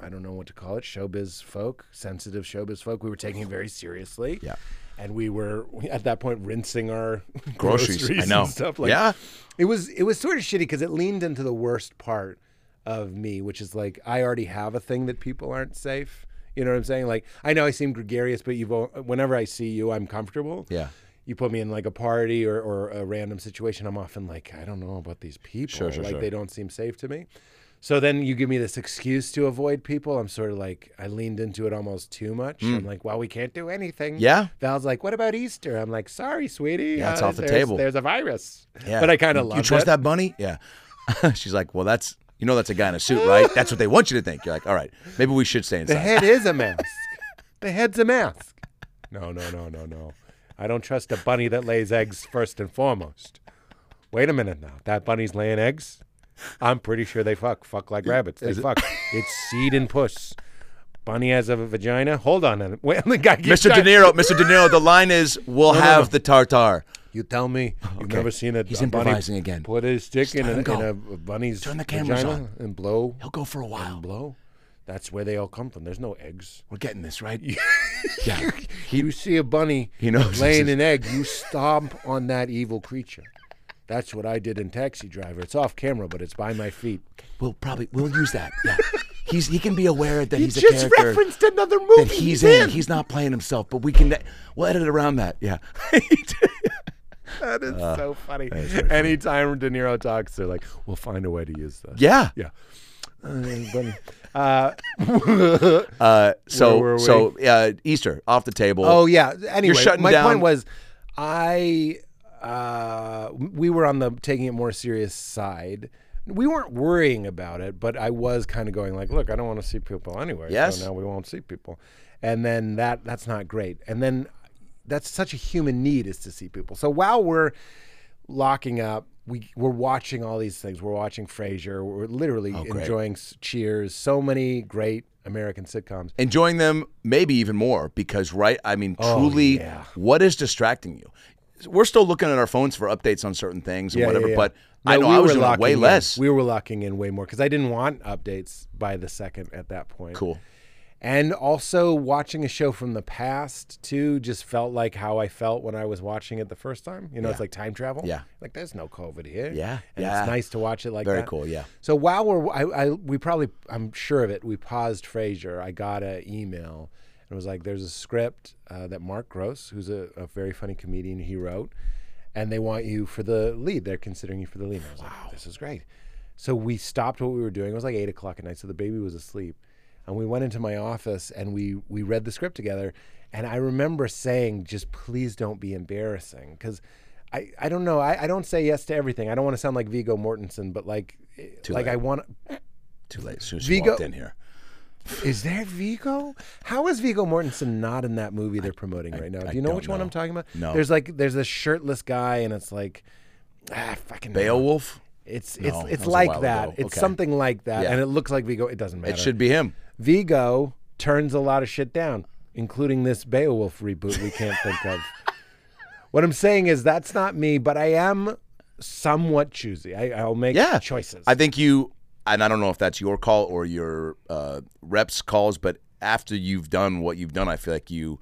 I don't know what to call it. Showbiz folk, sensitive showbiz folk. We were taking it very seriously.
Yeah.
And we were at that point rinsing our
Groceries,
groceries,
I know.
and stuff like
Yeah.
It was it was sort of shitty because it leaned into the worst part of me, which is like I already have a thing that people aren't safe. You know what I'm saying? Like I know I seem gregarious, but you've al- whenever I see you, I'm comfortable.
Yeah.
You put me in like a party or, or a random situation, I'm often like, I don't know about these people.
Sure, sure,
like
sure.
they don't seem safe to me. So then you give me this excuse to avoid people. I'm sort of like I leaned into it almost too much. I'm like, well, we can't do anything.
Hmm. Yeah.
Val's like, what about Easter? I'm like, sorry, sweetie. Uh,
Yeah, it's off the
there's-
table.
There's a virus.
Yeah.
But I kind of
You-
love
You trust
it.
that bunny? Yeah. [laughs] She's like, well, that's you know that's a guy in a suit, right? That's what they want you to think. You're like, all right, maybe we should stay
The [laughs]
inside.
head is a mask. the head's a mask. No, no, no, no, no. I don't trust a bunny that lays eggs first and foremost. Wait a minute now. That bunny's laying eggs? I'm pretty sure they fuck. Fuck like rabbits. They fuck. it's seed and puss. Bunny has a vagina. Hold on. a minute. Wait, the guy keeps
Mr. De Niro,
trying-
Mr. De Niro, the line is, we'll have the tartar.
You tell me you've
Okay.
never seen it.
He's
a bunny
improvising again.
Put his stick in
let
a,
him
in
go.
a bunny's
Turn the cameras
vagina and blow.
He'll go for a while.
Blow. That's where they all come from. There's no eggs.
We're getting this right. [laughs] yeah.
you see a bunny
He knows
laying
this
an egg, you stomp on that evil creature. That's what I did in Taxi Driver. It's off camera, but it's by my feet.
We'll probably we'll use that. Yeah. He's he can be aware that he's a character
another movie.
that he's in. He's not playing himself, but we can we'll edit around that. Yeah. [laughs]
Uh, That is so funny. Anytime De Niro talks, they're like, "We'll find a way to use this."
yeah.
yeah.
Uh, so
Where were we?
so uh, Easter off the table.
Oh yeah. Anyway,
shutting
my
down-
point was, I uh, we were on the taking it more serious side. We weren't worrying about it, but I was kind of going like, look, I don't want to see people anyway.
Yes.
So now we won't see people, and then that that's not great. And then that's such a human need is to see people. So while we're locking up. we we're watching all these things. We're watching Frasier. We're literally
Oh, great.
enjoying s- Cheers. So many great American sitcoms.
enjoying them maybe even more because right i mean truly
Oh, yeah.
what is distracting you we're still looking at our phones for updates on certain things and
Yeah,
whatever
yeah, yeah.
but i
No,
know
we
i was
were
doing it
locking
way
in.
less
We were locking in way more because I didn't want updates by the second at that point.
cool
And also watching a show from the past too just felt like how I felt when I was watching it the first time. You know, it's like time travel.
Yeah.
Like there's no COVID here.
Yeah,
And
yeah.
it's nice to watch it like
Very
that.
cool, yeah.
So while we're I, I we probably I'm sure of it, we paused Frasier. I got an email and it was like there's a script uh, that Mark Gross, who's a, a very funny comedian, he wrote, and they want you for the lead. They're considering you for the lead. And I was like, this is great. So we stopped what we were doing. It was like eight o'clock at night, so the baby was asleep, and we went into my office and we we read the script together. And I remember saying, just please don't be embarrassing, because I I don't know. I, I don't say yes to everything. I don't want to sound like Vigo Mortensen, but like like I want.
too late as soon as she
Vigo-
walked in here
Is there Vigo? How is Vigo Mortensen not in that movie they're promoting right now? Do you know
don't
which one
know.
I'm talking about?
No.
There's like there's a shirtless guy, and it's like ah fucking
beowulf
It's
No,
it's
that was
it's
a
like
while
that.
ago.
It's
Okay.
something like that,
Yeah.
and it looks like Vigo. It doesn't matter.
it should be him
Vigo turns a lot of shit down, including this Beowulf reboot we can't think
[laughs]
of. What I'm saying is that's not me, but I am somewhat choosy. I, I'll make
yeah
choices.
i think you and i don't know if that's your call or your uh, reps calls but after you've done what you've done i feel like you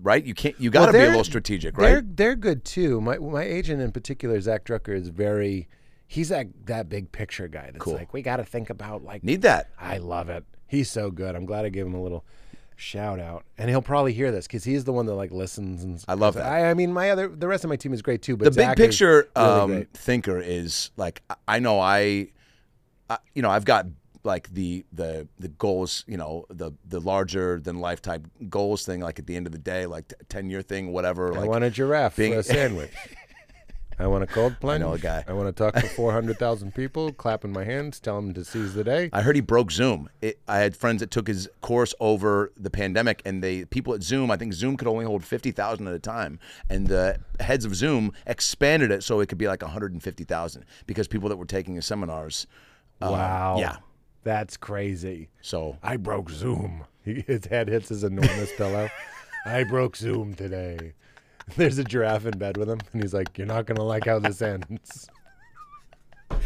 right you can't you got to be a
they're-
little strategic
They're
right
they're good too. My my agent in particular, Zach Drucker, is very. He's that that big picture guy. That's like we got to think about like.
need that
I love it. He's so good. I'm glad I gave him a little shout out, and he'll probably hear this because he's the one that like listens and.
I love that.
I, I mean, my other the rest of my team is great too, but
the
Zach
big
is
picture
really
um,
great.
thinker is like I- I know I, I, you know I've got like the the the goals you know the the larger than life type goals thing like at the end of the day like t- ten year thing whatever
I
like
want a giraffe
being-
for
[laughs]
a sandwich. I want a cold plunge.
a guy.
I want to talk to 400,000 people, clapping my hands, tell them to seize the day.
I heard he broke Zoom. It, I had friends that took his course over the pandemic, and they people at Zoom. I think Zoom could only hold fifty thousand at a time, and the heads of Zoom expanded it so it could be like one hundred and fifty thousand because people that were taking his seminars. uh,
wow.
yeah.
That's crazy.
So
I broke Zoom. [laughs] He, his head hits his enormous
[laughs]
pillow. I broke Zoom today. [laughs] There's a giraffe in bed with him, and he's like, "You're not gonna like how this ends."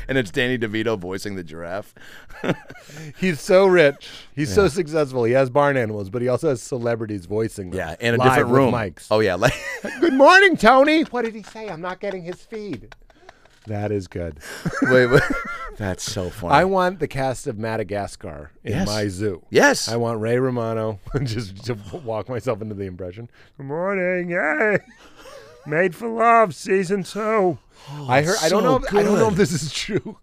and it's Danny DeVito voicing the giraffe.
He's so rich. He's so successful. He has barn animals, but he also has celebrities voicing them.
Yeah, in a
live
different
with
room.
Mics.
Oh yeah, like
Good morning, Tony. What did he say? I'm not getting his feed. That is good.
[laughs] wait, wait. [laughs] that's so funny.
I want the cast of Madagascar in
Yes.
my zoo.
yes,
I want Ray Romano [laughs] just to walk myself into the impression. Good
[laughs]
morning, hey. Made for Love season two. I heard. I don't
Oh, so
know. If, I don't know
good.
if this is true.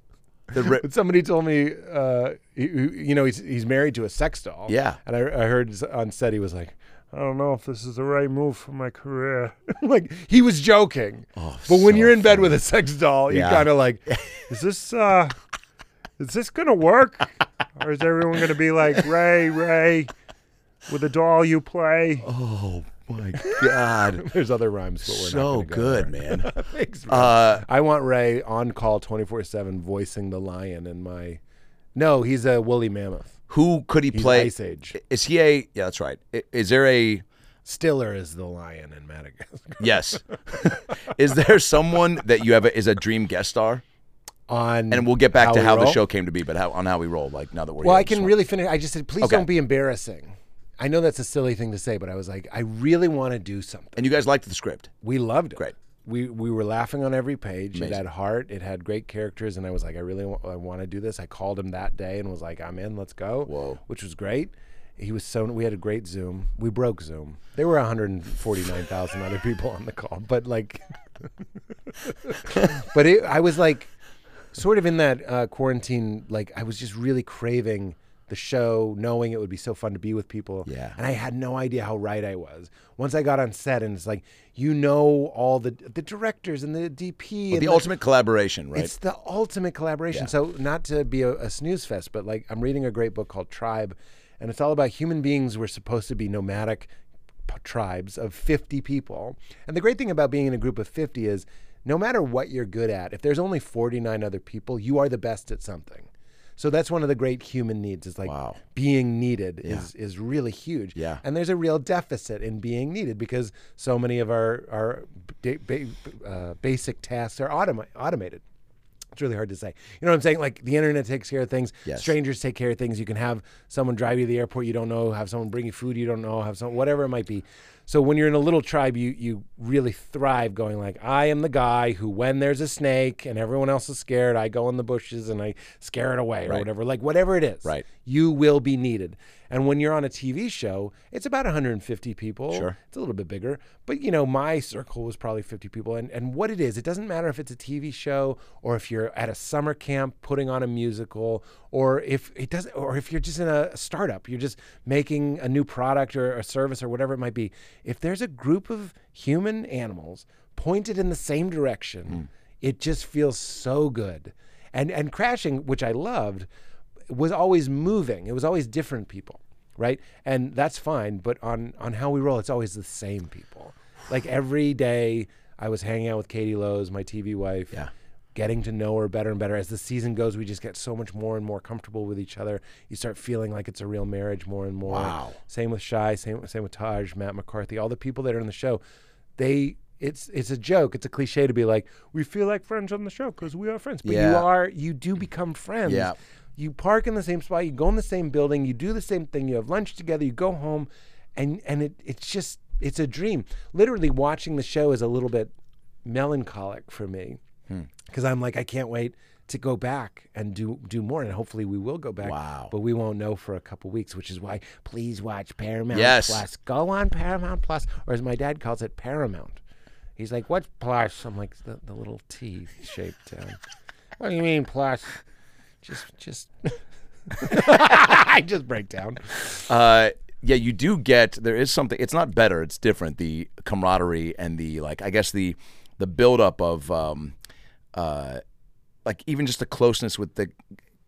the
[laughs]
ri-
But somebody told me, uh, he- he- you know, he's he's married to a sex doll.
Yeah.
And I, I heard s- on set he was like, I don't know if this is the right move for my career. [laughs] like he was joking. but when
so
you're in bed with a sex doll,
Yeah.
you're kind of [laughs] like, is this uh, is this gonna work, or is everyone gonna be like Ray, Ray, with the doll you play?
oh [laughs] my god,
There's other rhymes, but we're not
so
gonna go
good,
there.
man.
Thanks, man.
Uh,
I want Ray on call 24 7 voicing the lion in my. No, he's a woolly mammoth.
who could he
He's
play?
Ice Age.
Is he a? Yeah, that's right. I- Is there a?
Stiller is the lion in Madagascar.
Yes. is there someone that you have a, is a dream guest star? [laughs]
On
And we'll get back to
We
how the
Roll?
show came to be, but how on how we roll. Like now that we're
Well,
here,
I
just
can
want-
really finish. I just said, please
Okay.
don't be embarrassing. I know that's a silly thing to say, but I was like, I really want to do something.
And you guys liked the script.
We loved it.
Great.
We, we were laughing on every page. It had heart. It had great characters, and I was like, I really wa- I want to do this. I called him that day and was like, I'm in. Let's go.
Whoa.
Which was great. He was so. We had a great Zoom. We broke Zoom. There were 149,000 other people on the call, but like, [laughs] but it, I was like, sort of in that uh, quarantine. Like, I was just really craving the show, knowing it would be so fun to be with people.
Yeah.
And I had no idea how right I was. Once I got on set, and it's like you know all the the directors and the DP and
The ultimate collaboration, right?
It's the ultimate collaboration. So not to be a, a snooze fest, but like I'm reading a great book called Tribe, and it's all about human beings. We're supposed to be nomadic p- tribes of 50 people, and the great thing about being in a group of 50 is. no matter what you're good at, if there's only 49 other people, you are the best at something. So that's one of the great human needs is like
Wow.
being needed is, is really huge.
Yeah.
And there's a real deficit in being needed because so many of our, our da- ba- uh, basic tasks are automa- automated. It's really hard to say. You know what I'm saying? Like the internet takes care of things.
Yes.
Strangers take care of things. You can have someone drive you to the airport you don't know, have someone bring you food you don't know, have some whatever it might be. So when you're in a little tribe, you you really thrive going like, I am the guy who when there's a snake and everyone else is scared, I go in the bushes and I scare it away or whatever. Like whatever it is.
Right.
You will be needed. And when you're on a TV show, it's about 150 people.
Sure.
It's a little bit bigger. But you know, my circle was probably 50 people. And and what it is, it doesn't matter if it's a TV show or if you're at a summer camp putting on a musical or if it doesn't or if you're just in a startup, you're just making a new product or a service or whatever it might be. If there's a group of human animals pointed in the same direction, it just feels so good. And and crashing, which I loved, was always moving. It was always different people, right? And that's fine. But on on how we roll, it's always the same people. Like every day, I was hanging out with Katie Lowe's, my TV wife.
Yeah.
Getting to know her better and better as the season goes, we just get so much more and more comfortable with each other. You start feeling like it's a real marriage more and more.
Wow.
Same with Shy. Same same with Taj, Matt McCarthy, all the people that are in the show. They it's it's a joke. It's a cliche to be like we feel like friends on the show because we are friends. But you
Yeah.
are you do become friends.
Yeah.
You park in the same spot. You go in the same building. You do the same thing. You have lunch together. You go home, and and it it's just it's a dream. Literally watching the show is a little bit melancholic for me
Hmm.
because I'm like I can't wait to go back and do do more and hopefully we will go back
Wow.
but we won't know for a couple weeks which is why please watch paramount
Yes.
plus go on paramount plus or as my dad calls it paramount he's like what's plus i'm like the, the little t shaped down [laughs] what do you mean plus just just [laughs] i just break down
Uh, yeah, you do get there is something. It's not better. It's different. The camaraderie and the like. I guess the the buildup of um, uh, like even just the closeness with the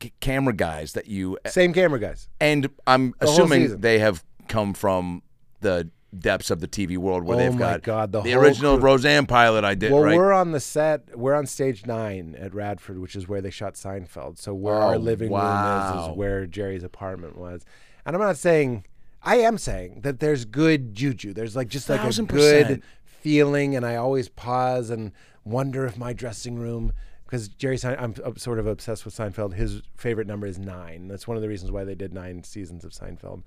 c- camera guys that you
same camera guys
and I'm
whole
assuming
season.
they have come from the depths of the TV world where
Oh
they've
my
got
God, the
the
whole
original
crew.
Roseanne pilot I did
Well,
right.
we're on the set. We're on stage nine at Radford, which is where they shot Seinfeld. So where
Oh,
our living room is
wow.
is where Jerry's apartment was. And I'm not saying, I am saying that there's good juju. There's like just like a
Thousand
good
percent.
feeling, and I always pause and wonder if my dressing room. Because Jerry, Sein- I'm uh, sort of obsessed with Seinfeld. His favorite number is nine. That's one of the reasons why they did nine seasons of Seinfeld.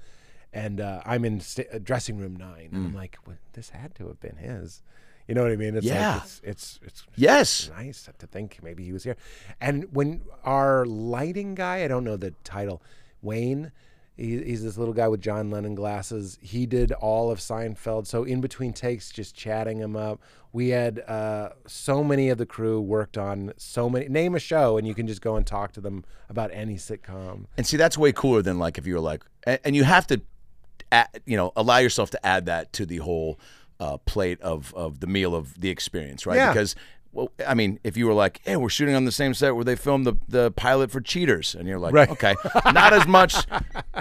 And uh, I'm in sta- uh, dressing room nine. And
Mm.
I'm like, well, this had to have been his. You know what I mean? It's
Yeah.
like it's it's it's
yes.
nice to think maybe he was here. And when our lighting guy, I don't know the title, Wayne, he, he's this little guy with John Lennon glasses. He did all of Seinfeld. So in between takes, just chatting him up. We had uh, so many of the crew worked on so many. Name a show, and you can just go and talk to them about any sitcom.
And see, that's way cooler than like if you were like, and, and you have to, add, you know, allow yourself to add that to the whole uh, plate of of the meal of the experience, right?
Yeah.
Because. Well, I mean, if you were like, "Hey, we're shooting on the same set where they filmed the, the pilot for Cheaters," and you're like,
Right.
"Okay, not as much."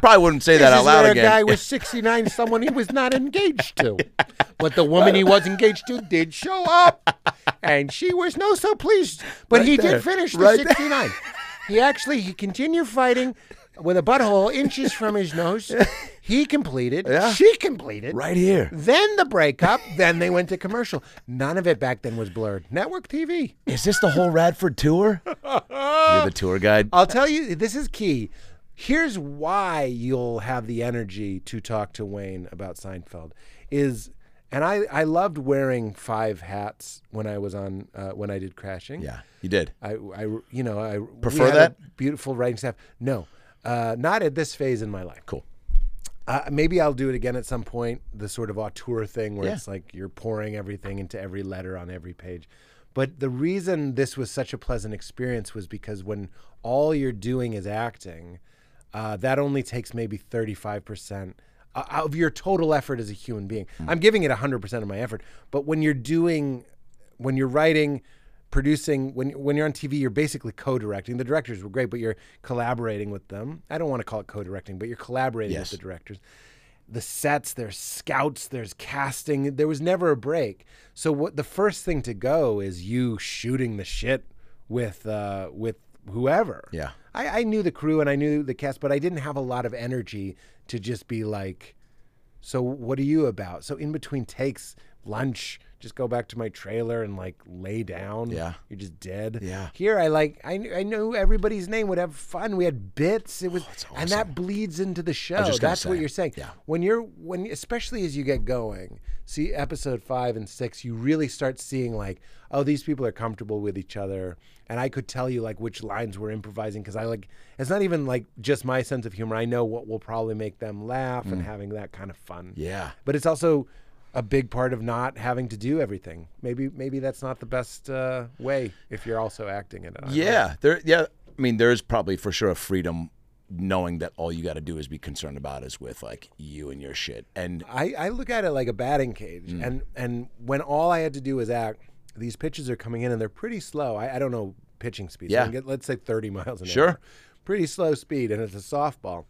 Probably wouldn't say that
This
out
is
loud
where
again.
A
[laughs]
guy was 69, someone he was not engaged to. But the woman he was engaged to did show up, and she was no so pleased. But he
there.
did finish the
Right there.
69. He actually he continued fighting with a butthole inches from his nose. He completed.
Yeah.
She completed.
right here.
Then the breakup. Then they went to commercial. None of it back then was blurred. Network TV.
Is this the whole Radford
[laughs]
tour? You're the tour guide.
I'll tell you, this is key. Here's why you'll have the energy to talk to Wayne about Seinfeld is, and I, I loved wearing five hats when I was on uh, when I did Crashing.
Yeah, you did.
I, I you know I we
Prefer
had a
that?
beautiful writing staff. No, uh, not at this phase in my life.
Cool.
Uh, maybe I'll do it again at some point. The sort of auteur thing where
Yeah.
it's like you're pouring everything into every letter on every page. But the reason this was such a pleasant experience was because when all you're doing is acting, uh, that only takes maybe 35% o- of your total effort as a human being.
Hmm.
I'm giving it 100% of my effort. But when you're doing, when you're writing, producing when when you're on TV, you're basically co-directing. The directors were great, but you're collaborating with them. I don't want to call it co-directing, but you're collaborating
Yes.
with the directors. the sets, there's scouts, there's casting. There was never a break. So what the first thing to go is you shooting the shit with uh, with whoever.
Yeah.
I, I knew the crew and I knew the cast, but I didn't have a lot of energy to just be like, so what are you about? So in between takes, lunch, just go back to my trailer and like lay down.
Yeah.
You're just dead.
Yeah.
Here I like I knew, I knew everybody's name would have fun. We had bits. It
Oh,
was and that bleeds into the show.
just gonna
That's what
say,
you're saying.
yeah.
When you're when especially as you get going, see episode 5 and 6, you really start seeing like oh these people are comfortable with each other and I could tell you like which lines we're improvising cuz I like it's not even like just my sense of humor. I know what will probably make them laugh and having that kind of
Mm.
fun.
Yeah.
But it's also a big part of not having to do everything. Maybe maybe that's not the best uh, way if you're also acting in it. I don't know.
Yeah, there. Yeah, I mean, there's probably for sure a freedom knowing that all you got to do is be concerned about is with like you and your shit. And
I, I look at it like a batting cage,
Mm.
and and when all I had to do was act, these pitches are coming in and they're pretty slow. I, I don't know pitching speed. So I
Yeah.
can get, let's say 30 miles an
Sure.
hour. Pretty slow speed, and it's a softball.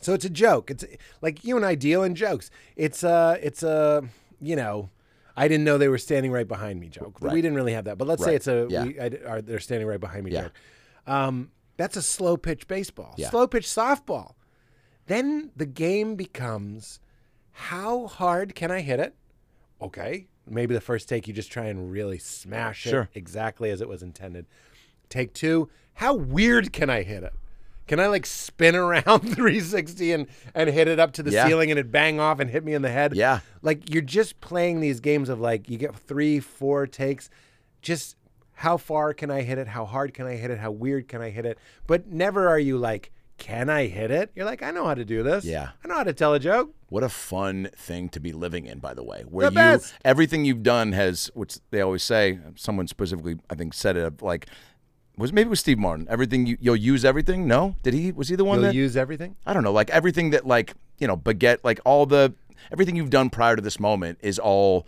So it's a joke. It's like you and I deal in jokes. It's a, it's a, you know, I didn't know they were standing right behind me joke. We didn't really have that, but let's say
Right.
it's a,
Yeah.
we, I, are, they're standing right behind me
Yeah.
joke. Um, that's a slow pitch baseball,
Yeah.
slow pitch softball. Then the game becomes how hard can I hit it? Okay. Maybe the first take you just try and really smash it
Sure.
exactly as it was intended. Take two, how weird can I hit it? Can I like spin [laughs] around 360 and, and hit it up to the
Yeah.
ceiling and it bang off and hit me in the head?
Yeah.
Like you're just playing these games of like you get three, four takes. Just how far can I hit it? How hard can I hit it? How weird can I hit it? But never are you like, can I hit it? You're like, I know how to do this.
Yeah.
I know how to tell a joke.
what a fun thing to be living in, by the way, where
The
you
best.
everything you've done has, which they always say, someone specifically I think said it of, like. Was maybe it was Steve Martin. Everything you, you'll use everything. No, did he? Was he the one
You'll
that
use everything.
I don't know, like everything that like, you know, baguette, like all the everything you've done prior to this moment is all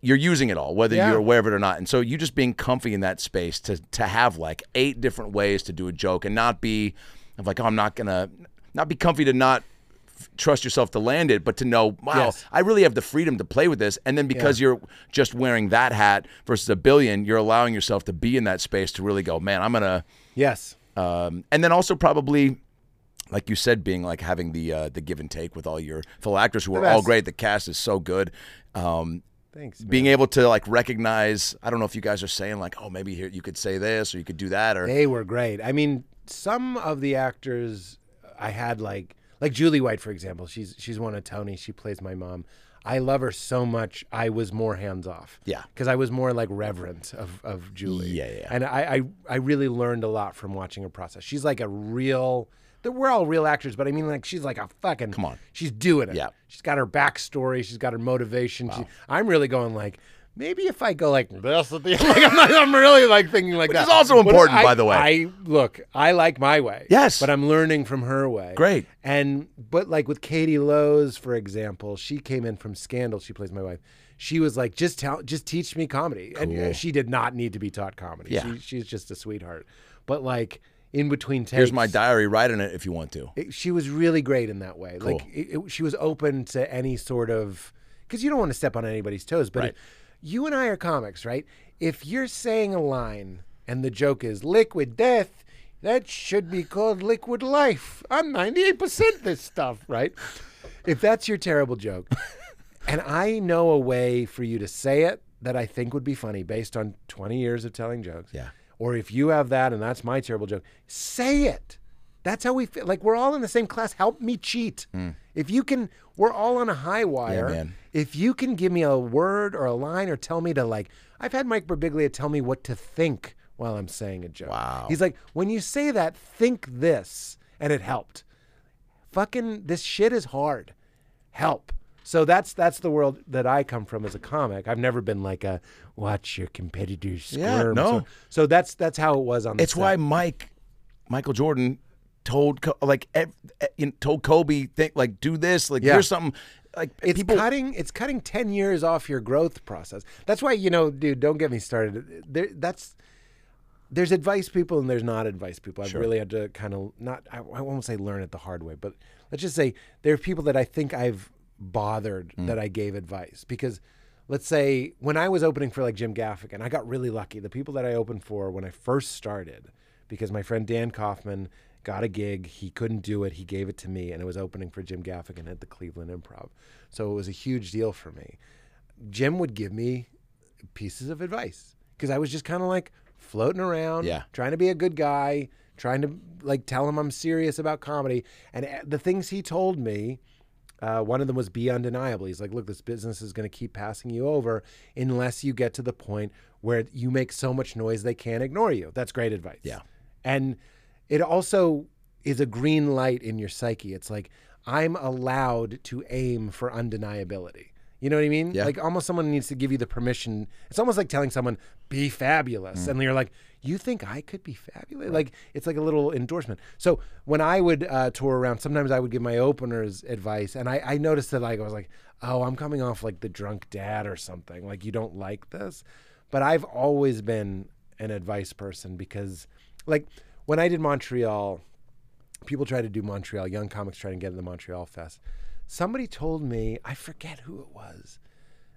you're using it all, whether
Yeah.
you're aware of it or not. And so you just being comfy in that space to to have like eight different ways to do a joke and not be of like, oh, I'm not gonna not be comfy to not f- trust yourself to land it, but to know, wow,
Yes.
I really have the freedom to play with this. And then because you're just wearing that hat versus a billion, you're allowing yourself to be in that space to really go, man, I'm gonna
Yes.
um, and then also probably like you said being like having the uh, the give and take with all your fellow actors who are all
best.
great the cast is so good um,
Thanks.
being able to like recognize i don't know if you guys are saying like oh maybe here you could say this or you could do that or
They were great. I mean, some of the actors I had like like Julie White, for example. She's she's one of Tony. She plays my mom. I love her so much. I was more hands off.
Yeah.
because I was more like reverent of of Julie.
Yeah, yeah, yeah.
And I, I I really learned a lot from watching her process. She's like a real. that We're all real actors, but I mean, like she's like a fucking. Come
on.
she's doing it.
Yeah.
she's got her backstory. She's got her motivation. She, I'm really going like. Maybe if I go like [laughs] this at the end, like I'm, not, I'm really like thinking like
Which
that.
is also
What
important,
I-
by the way.
I look, I like my way.
Yes.
but I'm learning from her way.
Great.
And but like with Katie Lowe's, for example, she came in from Scandal. She plays my wife. She was like, just tell, just teach me comedy, and uh, she did not need to be taught comedy.
Yeah.
She, she's just a sweetheart. But like in between takes,
here's my diary write in it if you want to
it- she was really great in that way. Like it, it- she was open to any sort of because you don't want to step on anybody's toes. But if- you and I are comics, right? If you're saying a line and the joke is liquid death, that should be called liquid life. I'm 98 percent this stuff, right? If that's your terrible joke, and I know a way for you to say it that I think would be funny based on 20 years of telling jokes.
Yeah.
Or if you have that and that's my terrible joke, say it. That's how we feel. Like we're all in the same class. Help me cheat. If you can, we're all on a high wire.
Hmm. man.
If you can give me a word or a line or tell me to like, I've had Mike Birbiglia tell me what to think while I'm saying a joke.
Wow.
He's like, when you say that, think this, and it helped fucking this shit is hard. Help. So that's that's the world that I come from as a comic. I've never been like a watch your competitors
Yeah,
squirm.
no.
So, so that's that's how it was on. The
it's
set.
why mike michael jordan told Co- like ev- eh, you know, told kobe think like do this like
Yeah.
here's something like
it's
people
cutting it's cutting 10 years off your growth process that's why you know dude don't get me started there, that's there's advice people and there's not advice people. I've
Sure.
really had to kind of not I, I won't say learn it the hard way, but let's just say there are people that I think I've bothered that I gave advice because let's say when I was opening for like Jim Gaffigan, I got really lucky. The people that I opened for when I first started because my friend Dan Kaufman got a gig, he couldn't do it, he gave it to me and it was opening for Jim Gaffigan at the Cleveland Improv. So it was a huge deal for me. Jim would give me pieces of advice because I was just kind of like floating around,
Yeah.
trying to be a good guy, trying to like tell him I'm serious about comedy. And uh, the things he told me, uh, one of them was be undeniable. He's like, look, this business is going to keep passing you over unless you get to the point where you make so much noise they can't ignore you. That's great advice.
Yeah.
And it also is a green light in your psyche. It's like, I'm allowed to aim for undeniability. You know what I mean?
Yeah.
Like almost someone needs to give you the permission. It's almost like telling someone, be fabulous. And you're like, you think I could be fabulous? Like it's like a little endorsement. So when I would uh, tour around, sometimes I would give my openers advice. And I, I noticed that like, I was like, oh, I'm coming off like the drunk dad or something. Like you don't like this. But I've always been an advice person because like when I did Montreal, people try to do Montreal, young comics try to get into Montreal Fest. Somebody told me, I forget who it was.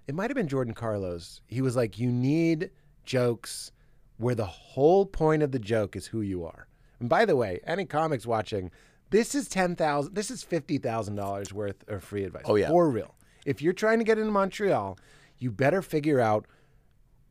It might have been Jordan Carlos. He was like, You need jokes where the whole point of the joke is who you are. And by the way, any comics watching, this is ten thousand this is fifty thousand dollars worth of free advice.
Oh, yeah.
For real. If you're trying to get into Montreal, you better figure out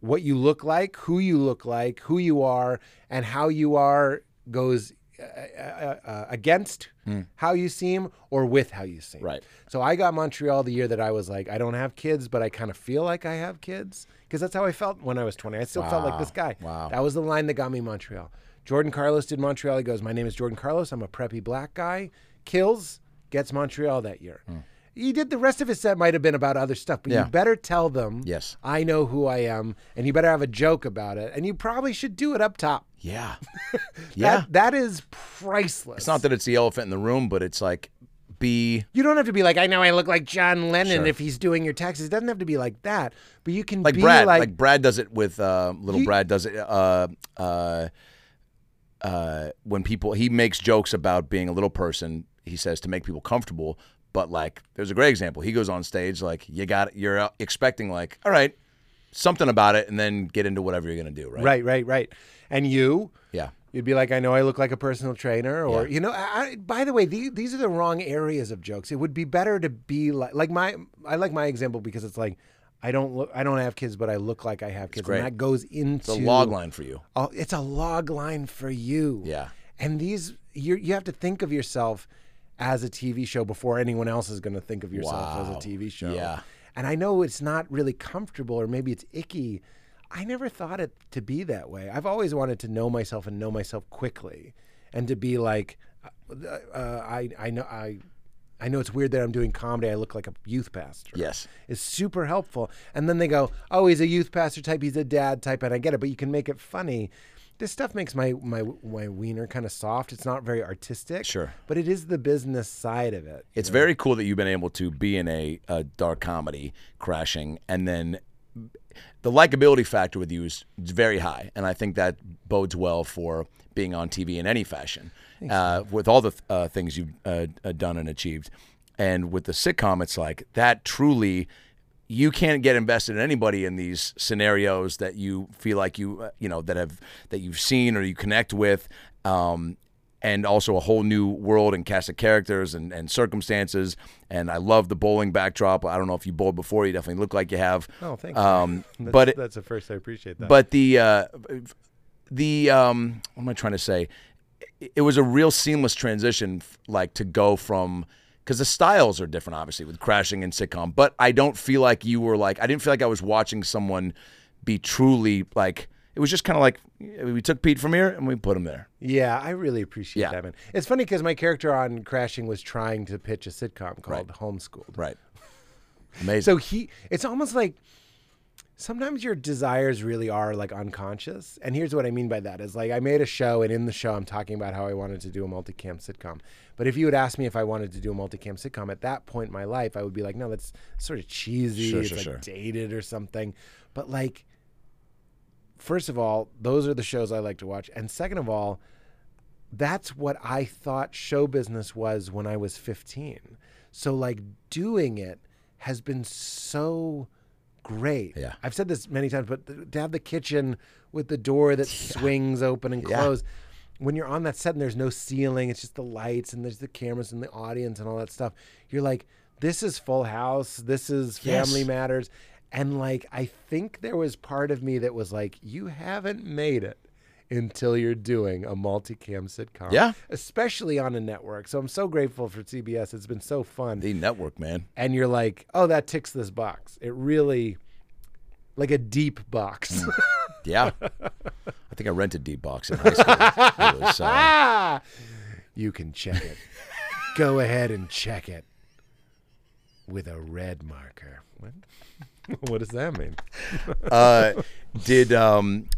what you look like, who you look like, who you are, and how you are goes uh, uh, uh, against how you seem or with how you seem.
Hmm. Right.
So I got Montreal the year that I was like, I don't have kids, but I kind of feel like I have kids because that's how I felt when I was 20. I still felt like this guy.
Wow.
That was the line that got me Montreal. Jordan Carlos did Montreal. He goes, My name is Jordan Carlos. I'm a preppy black guy. Kills, gets Montreal that year. He did the rest of his set, might have been about other stuff, but
Hmm. Yeah.
you better tell them
Yes.
I know who I am, and you better have a joke about it. And you probably should do it up top.
Yeah.
[laughs]
yeah.
That, that is priceless.
it's not that it's the elephant in the room, but it's like be
you don't have to be like, I know I look like John Lennon
Sure.
if he's doing your taxes. It doesn't have to be like that. But you can
like
be
Brad. Like,
like,
Brad does it with uh, little
You-
Brad does it. Uh, uh, uh, when people he makes jokes about being a little person, he says to make people comfortable. But like, there's a great example. He goes on stage like, you got, you're uh, expecting like, all right, something about it, and then get into whatever you're gonna do, right?
right, right, right. And you,
Yeah.
You'd be like, I know I look like a personal trainer, or
Yeah.
you know. I, I, by the way, these, these are the wrong areas of jokes. It would be better to be like, like my, I like my example because it's like, I don't look, I don't have kids, but I look like I have kids,
great.
and that goes into
It's a log line for you.
Oh, it's a log line for you.
Yeah.
And these, you you have to think of yourself as a TV show before anyone else is going to think of yourself
Wow.
as a TV show.
Yeah.
And I know it's not really comfortable, or maybe it's icky. I never thought it to be that way. I've always wanted to know myself and know myself quickly, and to be like, uh, uh, I, I know, I. I know it's weird that I'm doing comedy. I look like a youth pastor
Yes.
is super helpful. And then they go, oh, he's a youth pastor type, he's a dad type, and I get it, but you can make it funny. This stuff makes my my my wiener kind of soft. It's not very artistic,
Sure.
but it is the business side of it.
It's very cool that you've been able to be in a, a dark comedy crashing and then the likability factor with you is very high and I think that bodes well for being on TV in any fashion uh, with all the th- uh, things you've uh, uh, done and achieved and with the sitcom it's like that truly you can't get invested in anybody in these scenarios that you feel like you uh, you know that have that you've seen or you connect with um, and also a whole new world and cast of characters and, and circumstances. And I love the bowling backdrop. I don't know if you bowled before. You definitely look like you have.
Oh, thanks.
Um, but
that's the first. I appreciate that.
but the uh, the um, what am I trying to say? It- It was a real seamless transition, f- like to go from because the styles are different, obviously, with crashing and sitcom. But I don't feel like you were like I didn't feel like I was watching someone be truly like. It was just kind of like eh, we took Pete from here and we put him there.
yeah, I really appreciate
Yeah.
that, man. It's funny because my character on Crashing was trying to pitch a sitcom called Homeschooled.
Right. Amazing.
So he, it's almost like sometimes your desires really are like unconscious. And here's what I mean by that is like I made a show, and in the show, I'm talking about how I wanted to do a multicam sitcom. But if you would ask me if I wanted to do a multicam sitcom at that point in my life, I would be like, no, that's sort of cheesy,
Sure,
it's
sure,
like
sure.
dated or something. But like, first of all, those are the shows I like to watch, and second of all, that's what I thought show business was when I was 15. So like doing it has been so great.
Yeah.
I've said this many times, but th- to have the kitchen with the
[laughs]
door that swings open and
Yeah.
closed. When you're on that set and there's no ceiling, it's just the lights and there's the cameras and the audience and all that stuff. You're like, this is Full House. This is
Yes.
Family Matters. And like, I think there was part of me that was like, you haven't made it until you're doing a multicam sitcom.
Yeah.
Especially on a network. So I'm so grateful for CBS. It's been so fun.
The network, man.
and you're like, oh, that ticks this box. It really, like a deep box.
Yeah. [laughs] I think I rented D box in high school. It was, uh,
ah! [laughs] You can
[laughs]
check it. Go ahead and check it with a red marker. What? [laughs] what does that mean?
uh, did um,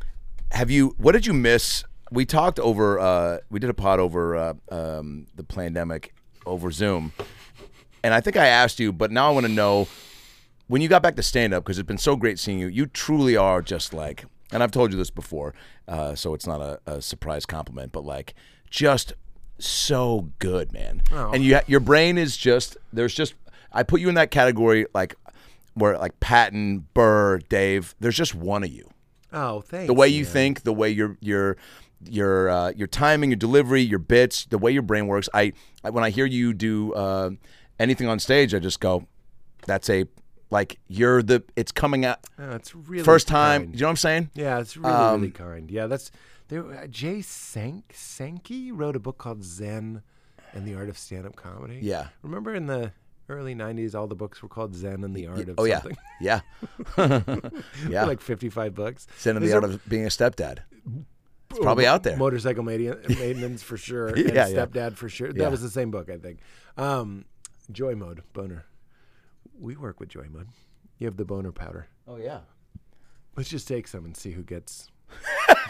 have you? What did you miss? We talked over. Uh, we did a pod over uh, um, the pandemic over Zoom, and I think I asked you, but now I want to know when you got back to stand up because it's been so great seeing you. You truly are just like, and I've told you this before, uh, so it's not a, a surprise compliment, but like just so good, man. And you, ha- your brain is just there's just I put you in that category like where like Patton, Burr, Dave. There's just one of you.
Oh, thanks.
The way you think, the way your your your uh, your timing, your delivery, your bits, the way your brain works. I, I when I hear you do uh, anything on stage, I just go, "That's a like you're the it's coming out
Oh, it's really
first time."
kind.
You know what I'm saying?
Yeah, it's really
Um,
really kind. Yeah, that's there. Uh, Jay Sank Sankey wrote a book called Zen and the Art of Stand Up Comedy.
Yeah.
remember in the early '90s, all the books were called Zen and the Art of
Oh yeah,
something. [laughs]
yeah, yeah.
like 55 books.
Send him
There's
the
a-
art of being a stepdad. It's probably out there. [laughs]
Motorcycle Mania- maintenance for sure. and
Yeah, yeah.
Stepdad for sure. That
Yeah.
was the same book, I think. Um, Joy Mode boner. We work with Joy Mode. You have the boner powder.
Oh yeah.
Let's just take some and see who gets.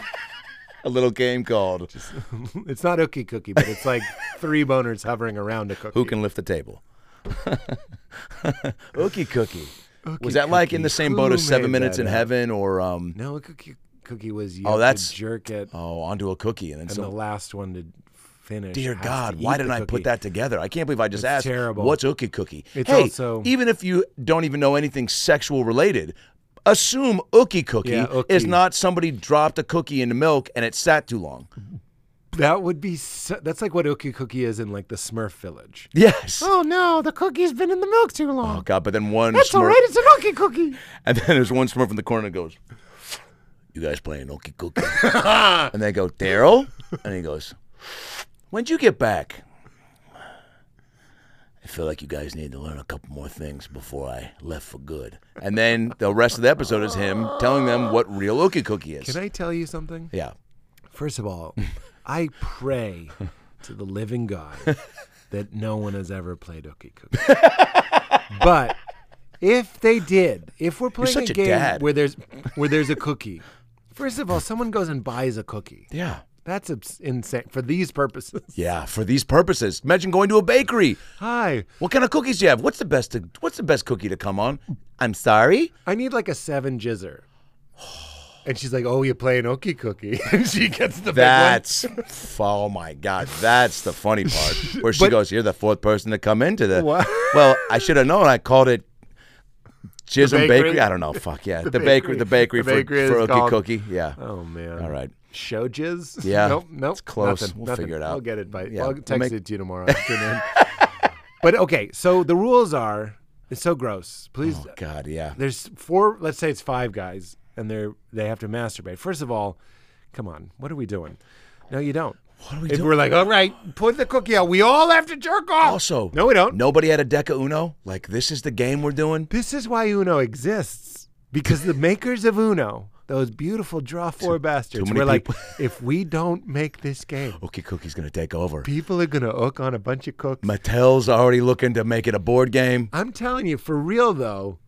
[laughs]
A little game called
It's not Ookie Cookie, but
[laughs]
it's like three boners hovering around a cookie.
"Who Can Lift the Table." Ookie cookie. was that like in the
cookie.
same boat as
Who
Seven
made
Minutes
that
in
up?
Heaven or um,
No, a cookie cookie was you
Oh,
oh,
that's-
to jerk it,
oh onto a cookie and then
and
some
the last one to finish.
Dear
has
God,
to
why
eat the
didn't I
cookie.
put that together? I can't believe I just
It's
asked.
terrible.
What's Ookie Cookie?
It's
hey,
also-
even if you don't even know anything sexual related, assume Ookie Cookie
Yeah, Ookie.
is not somebody dropped a cookie in the milk and it sat too long.
That would be so, that's like what ookie cookie is in like the Smurf Village.
Yes.
Oh no, the cookie's been in the milk too long.
Oh God! But then one
That's
Smurf,
all right. It's an ookie cookie.
and then there's one Smurf in the corner that goes, "You guys playing Ookie
[laughs]
Cookie?" and they go, "Daryl," and he goes, "When'd you get back?" I feel like you guys need to learn a couple more things before I left for good. And then the rest of the episode is him telling them what real Ookie Cookie is.
Can I tell you something?
yeah.
First
[laughs]
of all, I pray to the living God that no one has ever played Ookie
[laughs]
Cookie. but if they did, if we're playing
such a
game
dad.
where there's where there's a cookie, first of all, someone goes and buys a cookie.
Yeah.
That's abs- insane for these purposes.
Yeah. For these purposes, imagine going to a bakery.
Hi,
What kind of cookies do you have? What's the best? To, what's the best cookie to come on? I'm sorry.
I need like a seven jizzer. And she's like, "Oh, you play an Ookie cookie," [laughs] and she gets the
That's oh my god, that's the funny part where she
But-
goes, "You're the fourth person to come into the."
What?
Well, I should have known. I called it Chisholm bakery?
bakery?
I don't know. Fuck yeah, the, bakery, the bakery,
[laughs] The bakery
for, for Ookie
is called-
Cookie. Yeah.
big one. Oh man!
All right.
show jizz. [laughs]
Yeah,
nope, nope.
it's close.
nothing,
We'll
nothing.
figure it
I'll
out.
get it by.
Yeah,
I'll
we'll
text
make-
it to you tomorrow
[laughs]
afternoon. but okay, so the rules are. It's so gross. Please,
Oh god, yeah.
there's four. Let's say it's five guys, and they're they have to masturbate. First of all, come on, what are we doing? No, you don't. What
are we
if
doing?
We're like, all right, put the cookie out. We all have to jerk off.
Also,
no, we don't.
Nobody had a deck of Uno. Like this is the game we're doing.
This is why Uno exists because the makers of Uno, those beautiful draw four bastards,
many
were like,
people. [laughs]
if we don't make this game,
Ookie Cookie's gonna take over.
people are gonna hook on a bunch of cooks.
Mattel's already looking to make it a board game.
I'm telling you, for real though,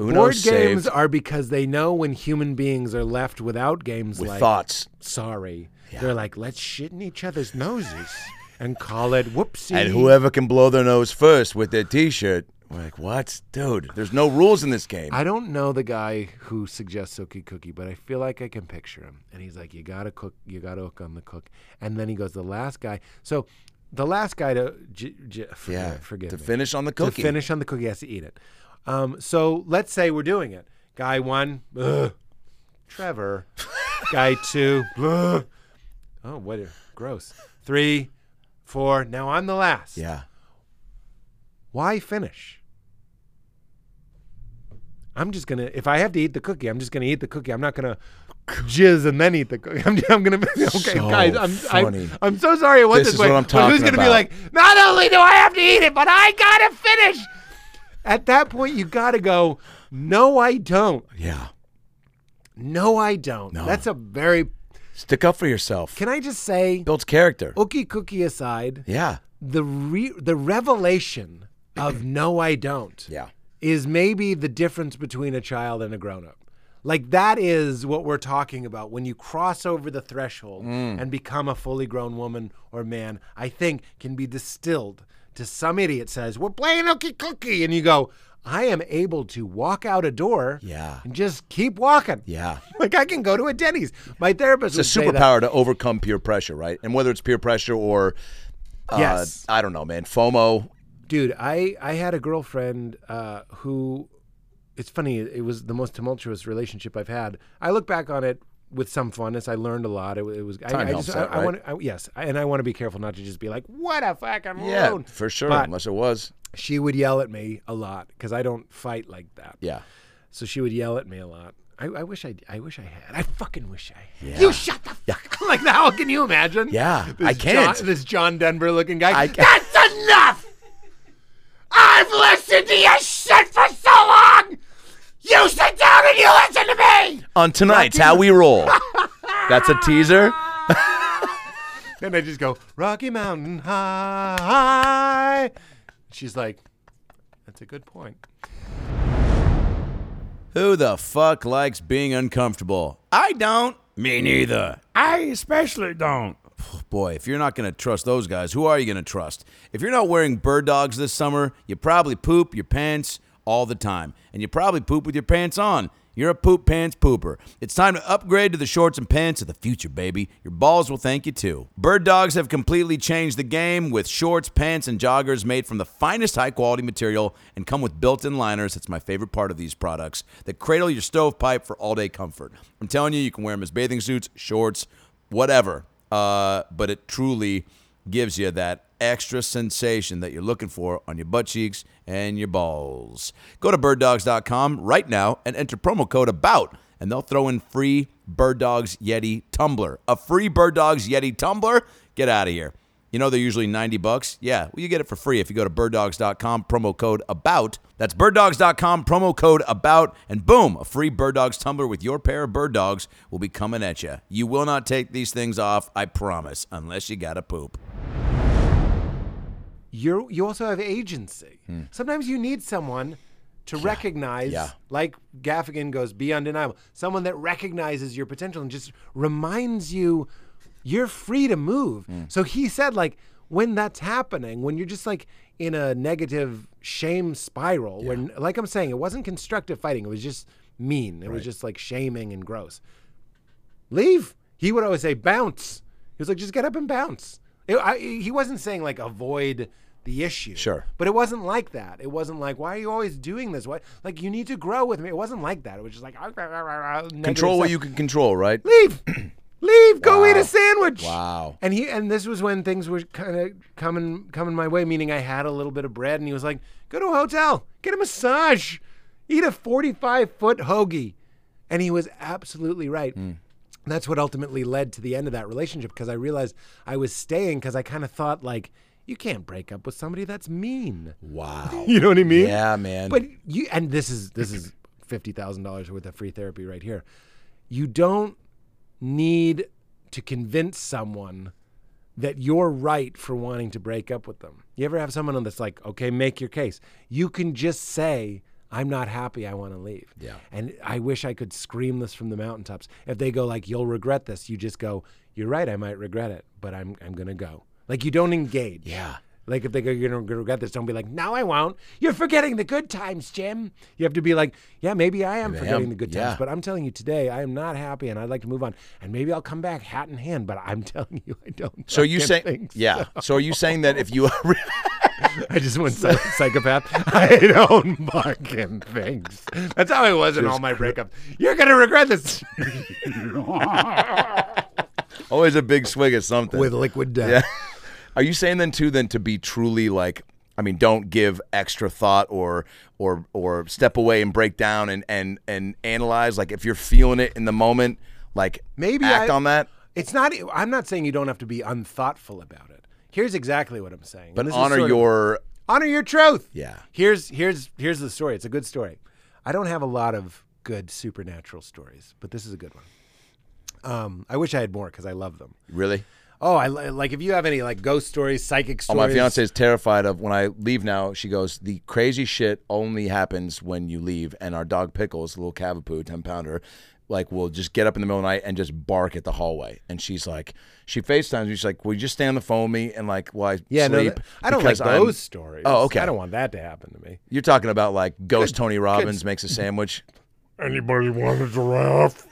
Uno
board
saved
games are because they know when human beings are left without games
with
like
thoughts.
sorry, they're like, let's shit in each
[laughs]
other's noses and call it whoopsie.
And whoever can blow their nose first with their T-shirt
We're like, what, dude? There's no rules in this game.
I don't know the guy who suggests Silky Cookie, but I feel like I can picture him. And he's like, "You gotta cook. You gotta cook on the cook." And then he goes, "The last guy." So, the last guy to j- j- forgive,
yeah,
forgive
to
me.
finish on the cookie.
To finish on the cookie, he has to eat it. Um, so let's say we're doing it. Guy one, ugh,
[laughs]
Trevor. Guy two, ugh. oh, what a, gross. Three, four. Now I'm the last.
Yeah,
Why finish? I'm just gonna. If I have to eat the cookie, I'm just gonna eat the cookie. I'm not gonna jizz and then eat the cookie. [laughs] I'm, I'm gonna. Okay,
So
guys, I'm,
funny.
I'm I'm so sorry it went
This
this,
is
way.
what I'm
but who's
talking
gonna be
about.
like? Not only do I have to eat it, but I gotta finish. At that point, you gotta go. No, I don't.
yeah.
No, I don't.
No.
That's a very.
Stick up for yourself.
Can I just say,
Builds character.
ookie cookie aside,
Yeah,
the re- the revelation of no, I don't.
yeah.
is maybe the difference between a child and a grown up. Like that is what we're talking about when you cross over the threshold
Mm.
and become a fully grown woman or man. I think can be distilled to some idiot says, "We're playing hooky cookie," and you go, "I am able to walk out a door,
Yeah.
and just keep walking,
Yeah.
[laughs] Like I can go to a Denny's. My therapist
It's a
would say that.
superpower to overcome peer pressure, right? And whether it's peer pressure or, uh,
Yes.
I don't know, man, FOMO.
dude i i had a girlfriend uh who it's funny it was the most tumultuous relationship i've had i look back on it with some fondness i learned a lot it, wa- it was
Time
i, I
helps
just
that,
I,
right?
I want I, yes I, and i want to be careful not to just be like what a fucking
Yeah,
loon."
for sure.
But-
unless it was,
she would yell at me a lot because i don't fight like that
yeah,
so she would yell at me a lot I, I wish I, I wish I had. I fucking wish I had. You shut the fuck up. [laughs] Like, how can you imagine?
Yeah,
This
I can't.
John, this John Denver looking guy.
I can't.
That's enough! I've listened to your shit for so long! You sit down and you listen to me!
on tonight's how we
[laughs]
roll. That's a teaser.
And I just go, Rocky Mountain High. She's like, that's a good point.
Who the fuck likes being uncomfortable? I don't. Me neither. I especially don't. Boy, if you're not going to trust those guys, who are you going to trust? If you're not wearing bird dogs this summer, you probably poop your pants all the time. And you probably poop with your pants on. You're a poop pants pooper. It's time to upgrade to the shorts and pants of the future, baby. Your balls will thank you too. Bird dogs have completely changed the game with shorts, pants, and joggers made from the finest high quality material and come with built in liners. That's my favorite part of these products that cradle your stovepipe for all day comfort. I'm telling you, you can wear them as bathing suits, shorts, whatever. Uh, but it truly gives you that extra sensation that you're looking for on your butt cheeks and your balls. Go to birddogs.com right now and enter promo code ABOUT, and they'll throw in free Bird Dogs Yeti tumbler. A free Bird Dogs Yeti tumbler? Get out of here. You know they're usually 90 bucks. Yeah, well, you get it for free if you go to birddogs.com, promo code ABOUT. That's birddogs.com, promo code ABOUT, and boom, a free Bird Dogs tumbler with your pair of Bird Dogs will be coming at you. You will not take these things off, I promise, unless you gotta poop.
you you also have agency. Sometimes you need someone to recognize,
Hmm. Yeah.
like Gaffigan goes, be undeniable. Someone that recognizes your potential and just reminds you you're free to move.
Hmm.
So he said, like, when that's happening, when you're just like in a negative shame spiral, when, like I'm saying, it wasn't constructive fighting, it was just mean, it was just like shaming and gross leave. He would always say, bounce. He was like, just get up and bounce. It- I- he wasn't saying like avoid the issue.
Sure.
But it wasn't like that. It wasn't like, why are you always doing this? Why? Like, you need to grow with me. It wasn't like that. It was just like, [laughs]
Control
control
what you can control, right?
leave. [clears throat] Leave, go eat a sandwich.
Wow.
And he and this was when things were kind of coming coming my way, meaning I had a little bit of bread, and he was like, "Go to a hotel, get a massage, eat a forty-five foot hoagie," and he was absolutely right. That's what ultimately led to the end of that relationship because I realized I was staying because I kind of thought like, "You can't break up with somebody that's mean."
Wow.
[laughs] You know what I mean?
Yeah, man.
But you and this is this is fifty thousand dollars worth of free therapy right here. You don't need to convince someone that you're right for wanting to break up with them. You ever have someone that's like, okay, make your case. You can just say, I'm not happy, I want to leave.
Yeah.
And I wish I could scream this from the mountaintops. If they go like, you'll regret this, you just go, You're right, I might regret it, but I'm I'm gonna go. Like you don't engage.
Yeah.
Like if they go, you're gonna regret this, don't be like, no, I won't. You're forgetting the good times, Jim. You have to be like, yeah, maybe I am
Maybe I
forgetting
am.
the good
Yeah.
times, but I'm telling you today, I am not happy, and I'd like to move on, and maybe I'll come back hat in hand. But I'm [laughs] telling you, I don't.
So you
fucking
saying,
think so.
yeah. So are you saying that if you, [laughs]
I just went psy- psychopath. I don't fucking think. s- That's how I was in all my breakups. You're gonna regret
[laughs]
this
always a big swig at something.
with liquid death.
Yeah. Are you saying then too then to be truly like I mean don't give extra thought or or or step away and break down and and and analyze like if you're feeling it in the moment like
Maybe
act
I-
on that
It's not. I'm not saying you don't have to be unthoughtful about it. Here's exactly what I'm saying.
but
This is
honor
sort of-
your
honor your truth.
Yeah.
Here's here's here's the story. It's a good story. I don't have a lot of good supernatural stories, but this is a good one. Um, I wish I had more because I love them.
really
Oh, I li- like if you have any like ghost stories, psychic
Oh,
stories.
my fiance is terrified of when I leave now. She goes, The crazy shit only happens when you leave. And our dog Pickles, a little Cavapoo, 10 pounder, like will just get up in the middle of the night and just bark at the hallway. And she's like, She FaceTimes me. She's like, Will you just stay on the phone with me? And like, well, I
Yeah, no,
sleep
th- I don't
because
like those
I'm-
stories.
Oh, okay.
I don't want that to happen to me.
You're talking about like Ghost Tony Robbins makes a
[laughs]
sandwich.
Anybody want a giraffe?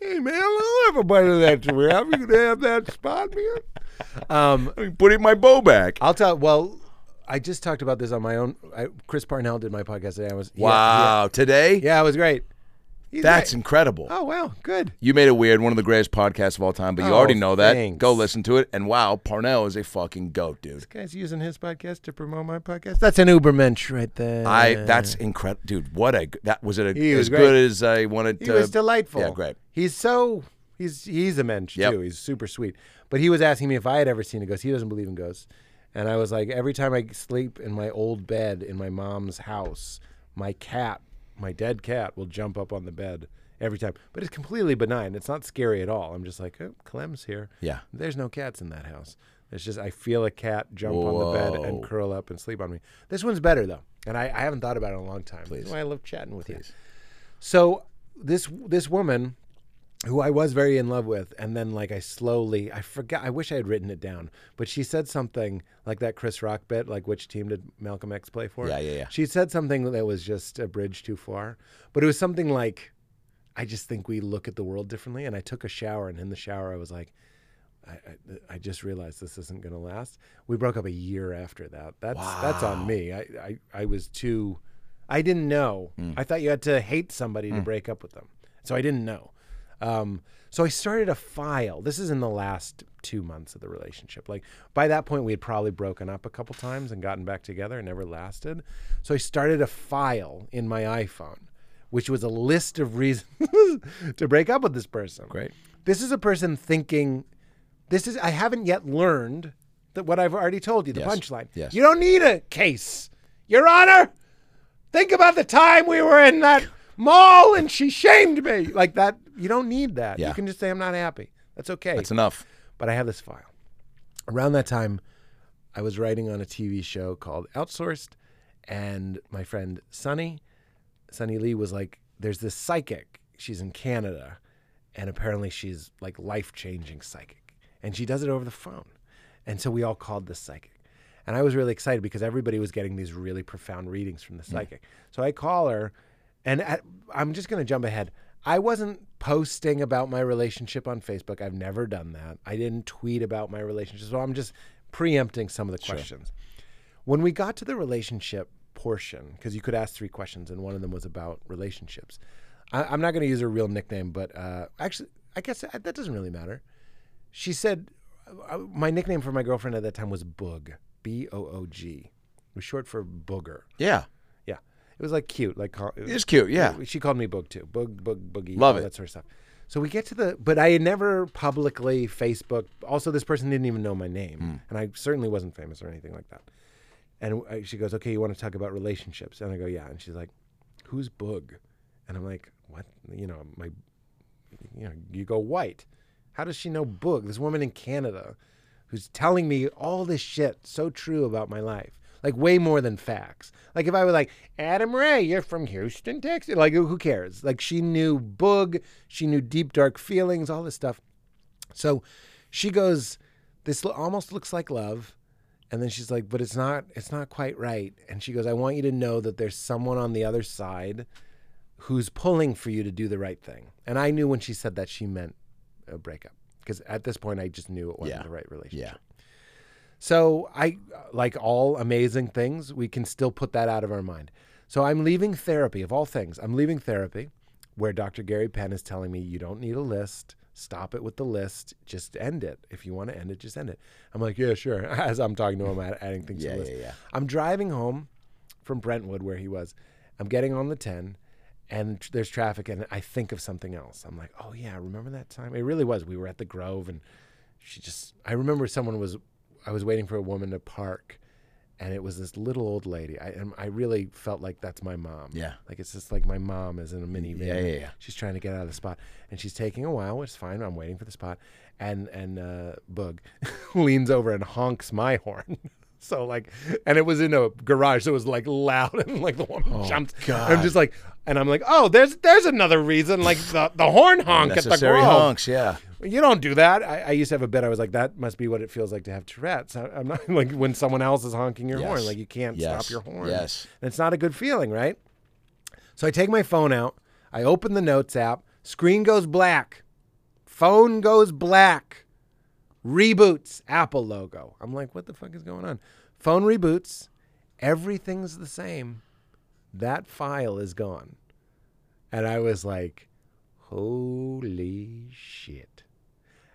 hey man, I'll have a bite of that giraffe. You can have that spot, man. Um,
Put it in my bow back.
I'll tell. Well, I just talked about this on my own. I, Chris Parnell did my podcast today. I was he-
Wow. Today?
he- yeah, it was great. He's
That's
great.
incredible.
oh wow, good.
You made it weird, one of the greatest podcasts of all time, but you
Oh,
already know that.
thanks.
Go listen to it. And wow, Parnell is a fucking goat, dude.
Guy's using his podcast to promote my podcast. That's an Ubermensch right there.
I that's incredible, dude. What a that was it
He
a,
was
as
great.
good as I wanted.
he
to,
was delightful.
Yeah, great.
He's so he's he's a mensch
Yep.
too. He's super sweet. But he was asking me if I had ever seen a ghost. He doesn't believe in ghosts, and I was like, every time I sleep in my old bed in my mom's house, my cat, my dead cat, will jump up on the bed every time. But it's completely benign. It's not scary at all. I'm just like, oh, Clem's here.
Yeah.
There's no cats in that house. It's just I feel a cat jump on the bed and
Whoa.
curl up and sleep on me. This one's better though, and I, I haven't thought about it in a long time. That's why I love chatting with you. So this this woman who I was very in love with, and then like I slowly I forgot. I wish I had written it down, but she said something like that Chris Rock bit, like which team did Malcolm X play for?
Yeah, yeah, yeah.
She said something that was just a bridge too far, but it was something like, I just think we look at the world differently. And I took a shower, and in the shower I was like. I, I, I just realized this isn't going to last. We broke up a year after that. That's that's on me. I, I, I was too, I didn't know. I thought you had to hate somebody to break up with them. So I didn't know. Um, so I started a file. This is in the last two months of the relationship. Like by that point, we had probably broken up a couple times and gotten back together and never lasted. So I started a file in my iPhone, which was a list of reasons [laughs] to break up with this person. Great. This is a person thinking this is I haven't yet learned that what I've already told you, the
Yes.
punchline.
Yes.
You don't need a case. Your Honor, think about the time we were in that mall and she shamed me. Like that you don't need that.
Yeah.
You can just say I'm not happy. That's okay.
That's enough.
but I have this file. Around that time, I was writing on a TV show called Outsourced, and my friend Sunny, Sunny Lee, was like, "There's this psychic. She's in Canada, and apparently she's like life-changing psychic, and she does it over the phone." And so we all called this psychic, and I was really excited because everybody was getting these really profound readings from the psychic. So I call her, and at, I'm just going to jump ahead. I wasn't posting about my relationship on Facebook. I've never done that. I didn't tweet about my relationship. So I'm just preempting some of the questions. When we got to the relationship portion, because you could ask three questions, and one of them was about relationships. I, I'm not going to use her real nickname, but uh, actually, I guess that that doesn't really matter. She said, uh, My nickname for my girlfriend at that time was Boog, B O O G. It was short for Booger.
Yeah,
Yeah. It was like cute, like call-
it's cute. Yeah,
she called me Boog too. Boog, Boog, Boogie.
Love
all
it.
That sort of stuff. So we get to the, but I had never publicly Facebook. Also, this person didn't even know my name,
Hmm.
and I certainly wasn't famous or anything like that. And I, she goes, "Okay, you want to talk about relationships?" And I go, "Yeah." And she's like, "Who's Boog?" And I'm like, "What? You know, my, you know, you go white. How does she know Boog? This woman in Canada, who's telling me all this shit so true about my life." Like way more than facts. Like if I were like Adam Ray, you're from Houston, Texas. Like who cares? Like she knew Boog, she knew deep dark feelings, all this stuff. So she goes, This lo- almost looks like love. And then she's like, "But it's not it's not quite right." And she goes, "I want you to know that there's someone on the other side who's pulling for you to do the right thing." And I knew when she said that she meant a breakup because at this point I just knew it wasn't
Yeah.
the right relationship.
Yeah.
So I like all amazing things, we can still put that out of our mind. So I'm leaving therapy of all things. I'm leaving therapy where Dr. Gary Penn is telling me you don't need a list. Stop it with the list. Just end it. If you want to end it, just end it. I'm like, yeah, sure. [laughs] As I'm talking to him, I'm adding things to
Yeah,
the list.
yeah, yeah.
I'm driving home from Brentwood where he was. I'm getting on the 10 and tr- there's traffic and I think of something else. I'm like, "Oh yeah, remember that time? It really was. We were at the Grove and she just I remember someone was I was waiting for a woman to park and it was this little old lady. I and I really felt like that's my mom.
Yeah.
Like it's just like my mom is in a minivan.
Yeah, yeah, yeah.
She's trying to get out of the spot, and she's taking a while. It's fine. I'm waiting for the spot, and and uh, Boog [laughs] leans over and honks my horn. [laughs] So like, and it was in a garage, so it was like loud, [laughs] and like the woman jumped. I'm just like, and I'm like, oh, there's there's another reason, like the, the horn honk at the
Necessary
Grove.
honks, yeah.
You don't do that. I, I used to have a bit. I was like, that must be what it feels like to have Tourette's. I, am not [laughs] like when someone else is honking your horn,
Yes.
like you can't
Yes.
stop your horn.
Yes.
and it's not a good feeling, right? So I take my phone out. I open the notes app. Screen goes black. Phone goes black. Reboots Apple logo. I'm like, what the fuck is going on? Phone reboots. Everything's the same. That file is gone. And I was like, holy shit.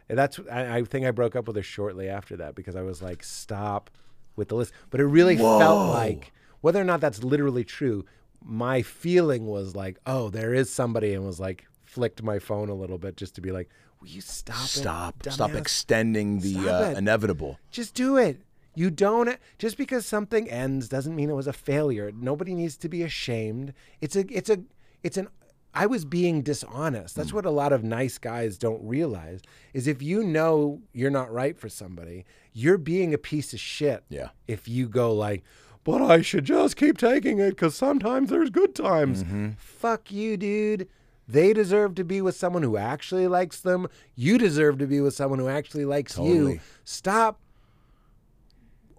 And that's I, I think I broke up with her shortly after that because I was like, stop with the list. But it really felt like whether or not that's literally true, my feeling was like, oh, there is somebody and was like flicked my phone a little bit just to be like, will you stop it,
Stop. Stop
dumbass?
extending the
Stop
uh,
it.
inevitable.
Just do it. You don't just because something ends doesn't mean it was a failure. Nobody needs to be ashamed. It's a it's a it's an I was being dishonest. That's what a lot of nice guys don't realize is if you know you're not right for somebody, you're being a piece of shit.
Yeah.
If you go like, "But I should just keep taking it cuz sometimes there's good times." Fuck you, dude. They deserve to be with someone who actually likes them. You deserve to be with someone who actually likes
Totally.
you. Stop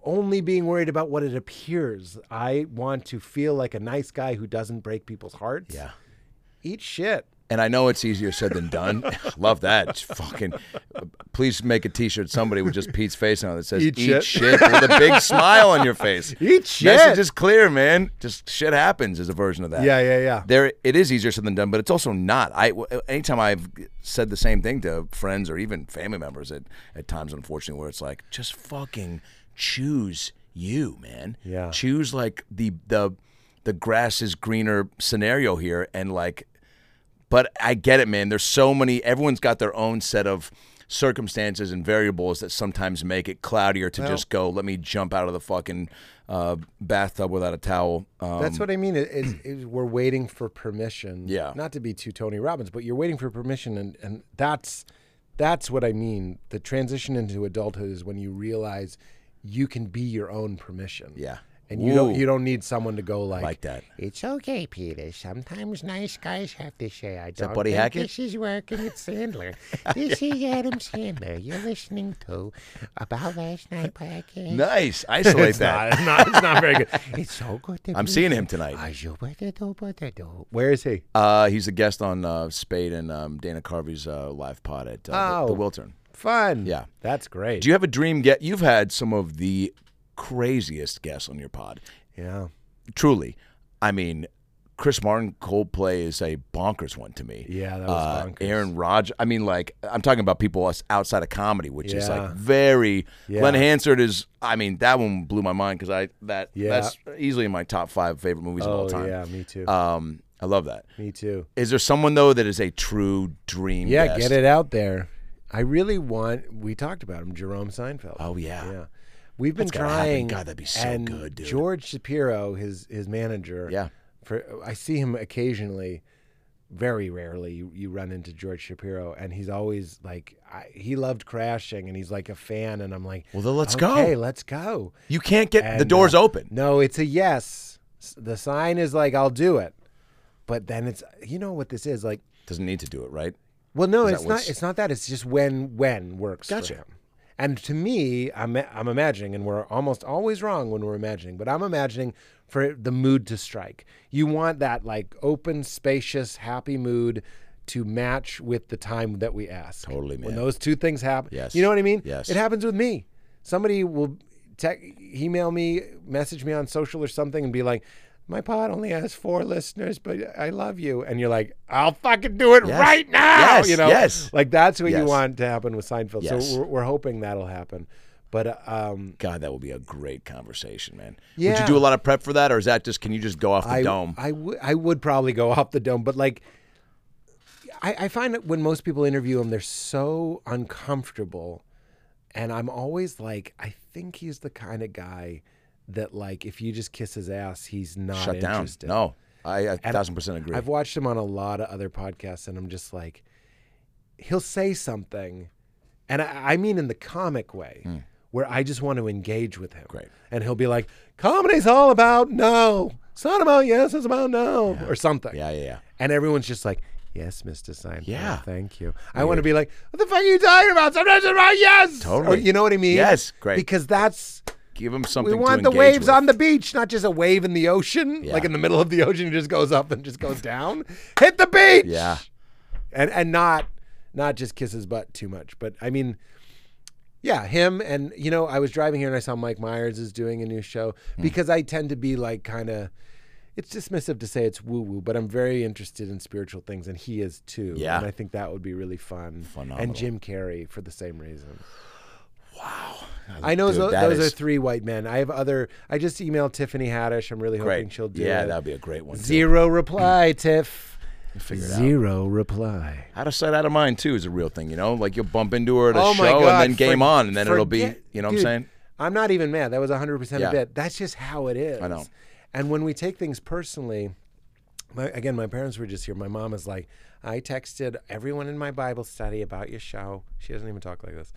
only being worried about what it appears. I want to feel like a nice guy who doesn't break people's hearts.
Yeah.
Eat shit.
And I know it's easier said than done. [laughs] Love that. It's fucking. Please make a T-shirt somebody with just Pete's face on it that says "Eat,
Eat shit."
shit" with a
[laughs]
big smile on your face.
Eat shit.
Message is clear, man. Just shit happens is a version of that.
Yeah, yeah, yeah.
There, it is easier said than done, but it's also not. I w- anytime I've said the same thing to friends or even family members at at times, unfortunately, where it's like just fucking choose you, man.
Yeah.
Choose like the the the grass is greener scenario here, and like but I get it, man. There's so many. Everyone's got their own set of circumstances and variables that sometimes make it cloudier to just go. Let me jump out of the fucking uh, bathtub without a towel. Um,
That's what I mean. It, it's- it's- we're waiting for permission.
Yeah.
Not to be too Tony Robbins, but you're waiting for permission, and and that's that's what I mean. The transition into adulthood is when you realize you can be your own permission.
Yeah.
And you don't
Ooh.
you don't need someone to go like,
Like that.
It's okay, Peter. Sometimes nice guys have to say, I don't
Buddy
think
Hackett?
this is working with
[laughs]
Sandler. this is Adam Sandler. You're listening to About Last
[laughs]
Night Podcast.
[laughs]
nice. Isolate
It's
that.
not, it's not- it's not
[laughs]
very good.
It's so good to
I'm
be
seeing
here.
him tonight.
Ah, you better do, better do.
Where is he?
Uh, he's a guest on uh, Spade and um, Dana Carvey's uh, live pod at uh, the, the
Oh.
Wiltern.
Fun.
Yeah.
That's great.
Do you have a dream get? You've had some of the craziest guests on your pod.
yeah.
Truly, I mean, Chris Martin Coldplay is a bonkers one to me. Uh,
Yeah, that was bonkers.
Aaron Rodgers. I mean, like I'm talking about people us- outside of comedy, which is like
Yeah.
very.
Yeah.
Glenn Hansard is. I mean, that one blew my mind because I that
Yeah.
that's easily in my top five favorite movies of all
Oh
time.
yeah, me too.
Um, I love that.
me too.
Is there someone though that is a true dream?
Yeah,
guest?
get it out there. I really want. We talked about him, Jerome Seinfeld.
Oh yeah.
yeah. We've been
gotta happen.
trying.
God, that'd be so
and
good, dude.
George Shapiro, his his manager.
Yeah.
For I see him occasionally, very rarely. You, you run into George Shapiro, and he's always like, I, he loved crashing, and he's like a fan, and I'm like,
Well, then let's go.
okay, let's go.
You can't get the
And,
doors
uh,
open.
No, it's a yes. S- The sign is like, I'll do it, but then it's you know what this is like.
Doesn't need to do it, right?
Well, no,
that
it's not.
what's-
It's not that. It's just when when works
Gotcha.
for him. And to me, I'm, I'm imagining, and we're almost always wrong when we're imagining, but I'm imagining for it- the mood to strike. You want that like open, spacious, happy mood to match with the time that we ask.
Totally,
When
man.
those two things happen,
Yes.
you know what I mean?
Yes.
It happens with me. Somebody will tech, email me, message me on social or something, and be like, "My pod only has four listeners, but I love you." And you're like, "I'll fucking do it
Yes.
right now."
Yes,
You know,
yes.
Like that's what you
Yes.
want to happen with Seinfeld.
Yes.
So we're, we're hoping that'll happen. But uh, um,
God, that would be a great conversation, man. Would you
Yeah.
do a lot of prep for that, or is that just can you just go off the
I
dome?
I would I would probably go [laughs] off the dome, but like. I, I find that when most people interview him, they're so uncomfortable. And I'm always like, I think he's the kind of guy that, like, if you just kiss his ass, he's not
Shut down.
interested.
No, I a thousand percent agree.
I've watched him on a lot of other podcasts, and I'm just like, he'll say something, and I, I mean in the comic way, where I just want to engage with him.
Hmm. Great.
And he'll be like, comedy's all about no. It's not about yes, it's about no, or something.
yeah, yeah, yeah.
And everyone's just like, yes, Mr. Seinfeld.
Yeah.
Thank you. I want to be like, what the fuck are you talking about? Sometimes it's about yes.
Totally.
Or, you know what I mean?
Yes, great.
Because that's
Give him something.
we
to
want the
engage
waves
with.
on the beach, not just a wave in the ocean,
Yeah.
like in the middle of the ocean, it just goes up and just goes down. Hit the beach,
Yeah.
and and not not just kiss his butt too much. But I mean, yeah, him and you know, I was driving here and I saw Mike Myers is doing a new show
Hmm.
because I tend to be like kind of. It's dismissive to say it's woo woo, but I'm very interested in spiritual things, and he is too.
Yeah.
and I think that would be really fun.
Phenomenal.
And Jim Carrey for the same reason. I know
Dude,
tho-
that
those
is-
are three white men. I have other. I just emailed Tiffany Haddish. I'm really hoping
Great.
she'll do
yeah,
it.
that'd be a great one. too.
Zero reply, Tiff.
Figure it out.
Zero reply.
Out of sight, out of mind too is a real thing, you know. Like you'll bump into her at a
oh
show,
my god!
and then game
for-
on, and then it'll be,
forget-
you know what I'm
Dude,
saying?
I'm not even mad. That was 100 percent
Yeah.
a bit. That's just how it is.
I know.
And when we take things personally, my, again, my parents were just here. My mom is like, I texted everyone in my Bible study about your show. She doesn't even talk like this.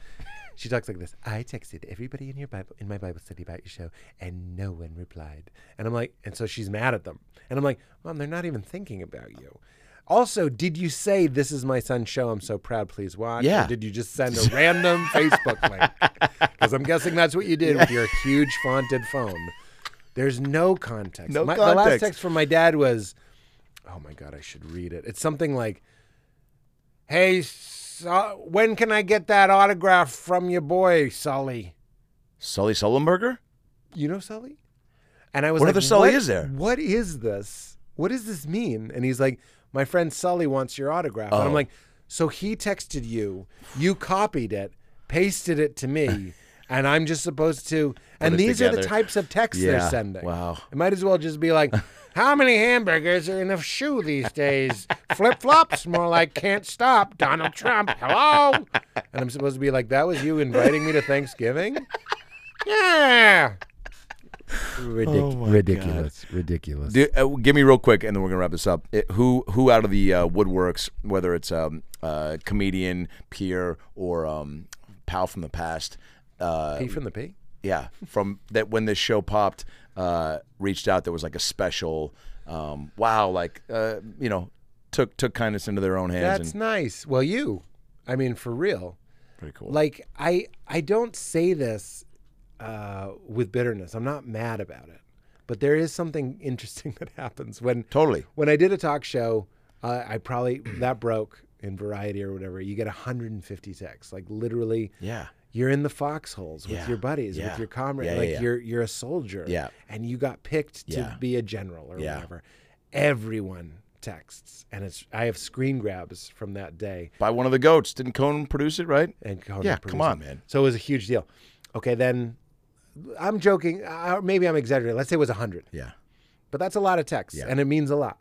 She talks like this. I texted everybody in your Bible in my Bible study about your show, and no one replied. And I'm like, and so she's mad at them. And I'm like, Mom, they're not even thinking about you. Also, did you say this is my son's show? I'm so proud. Please watch. Or
Yeah.
did you just send a random Facebook link? [laughs] Because I'm guessing that's what you did with your huge fonted phone. There's no context.
No
my, The last
context.
text from my dad was, "Oh my god, I should read it." It's something like, "Hey, Su- when can I get that autograph from your boy Sully?"
Sully Sullenberger?
You know Sully? And I was
What
like,
other Sully
"What-
is there?"
What is this? What does this mean? And he's like, "My friend Sully wants your autograph." And
Oh.
I'm like, "So he texted you, you copied it, pasted it
[laughs]
to me." And I'm just supposed to. And
it
these are the
together.
types of texts
Yeah,
they're sending.
wow.
It might as well just be
[laughs]
like, how many hamburgers are in a shoe these
[laughs]
days? Flip flops, more like can't stop. Donald Trump, hello.
[laughs]
And I'm supposed to be like, that was you inviting me to Thanksgiving? Yeah. ridiculous. Ridiculous.
Do, uh, give me real quick, and then we're gonna wrap this up. It- who who out of the uh, woodworks, whether it's um, uh, comedian, peer, or um, pal from the past, uh,
P from the P?
yeah, from that when this show popped, uh, reached out. There was like a special, um, wow, like uh, you know, took took kindness into their own hands.
That's
and,
nice. Well, you. I mean, for real.
pretty cool.
Like I I don't say this uh, with bitterness. I'm not mad about it, but there is something [laughs] interesting that happens when
Totally.
when I did a talk show. Uh, I probably that broke in Variety or whatever. You get 150 texts, like literally.
Yeah.
You're in the foxholes with
Yeah.
your buddies,
Yeah.
with your comrades.
Yeah, yeah,
like
yeah.
you're you're a soldier.
Yeah.
And you got picked to
Yeah.
be a general or
Yeah.
whatever. Everyone texts, and it's I have screen grabs from that day
By one of the goats. Didn't Conan produce it, right?
and Conan
Yeah,
produced
come on,
it.
man.
So it was a huge deal. Okay, then I'm joking. Uh, maybe I'm exaggerating. Let's say it was 100,
Yeah.
but that's a lot of text
Yeah.
and it means a lot.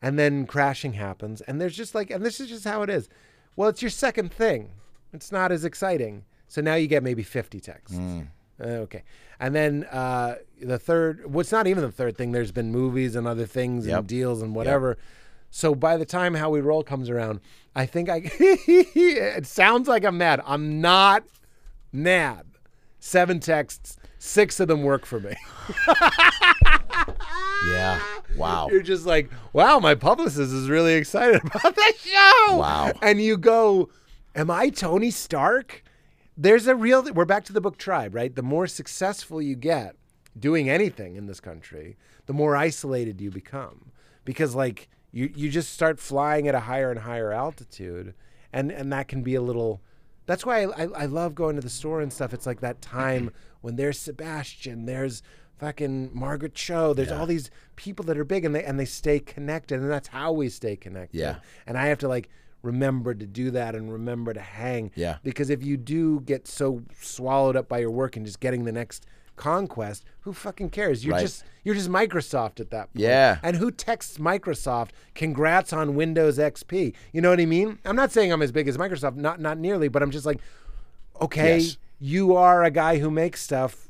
And then crashing happens, and there's just like, and this is just how it is. Well, it's your second thing, it's not as exciting. So now you get maybe 50 texts.
Mm.
Uh, Okay. And then uh, the third, what's not even the third thing, there's been movies and other things
Yep.
and deals and whatever. So by the time How We Roll comes around, I think I, [laughs] it sounds like I'm mad. I'm not mad. Seven texts, six of them work for me. [laughs]
Yeah. Wow.
You're just like, wow, my publicist is really [laughs] excited about that show.
Wow.
And you go, am I Tony Stark? there's a real we're back to the book tribe right the more successful you get doing anything in this country the more isolated you become because like you you just start flying at a higher and higher altitude and and that can be a little that's why I, I, I love going to the store and stuff. It's like that time when there's Sebastian, there's fucking Margaret Cho, there's all these people that are big and they and they stay connected, and that's how we stay connected.
Yeah.
And I have to like remember to do that and remember to hang.
Yeah.
Because if you do get so swallowed up by your work and just getting the next conquest, who fucking cares? You're
Right.
just you're just Microsoft at that point.
Yeah.
And who texts Microsoft, congrats on Windows XP? You know what I mean? I'm not saying I'm as big as Microsoft, not not nearly, but I'm just like, okay,
Yes.
you are a guy who makes stuff.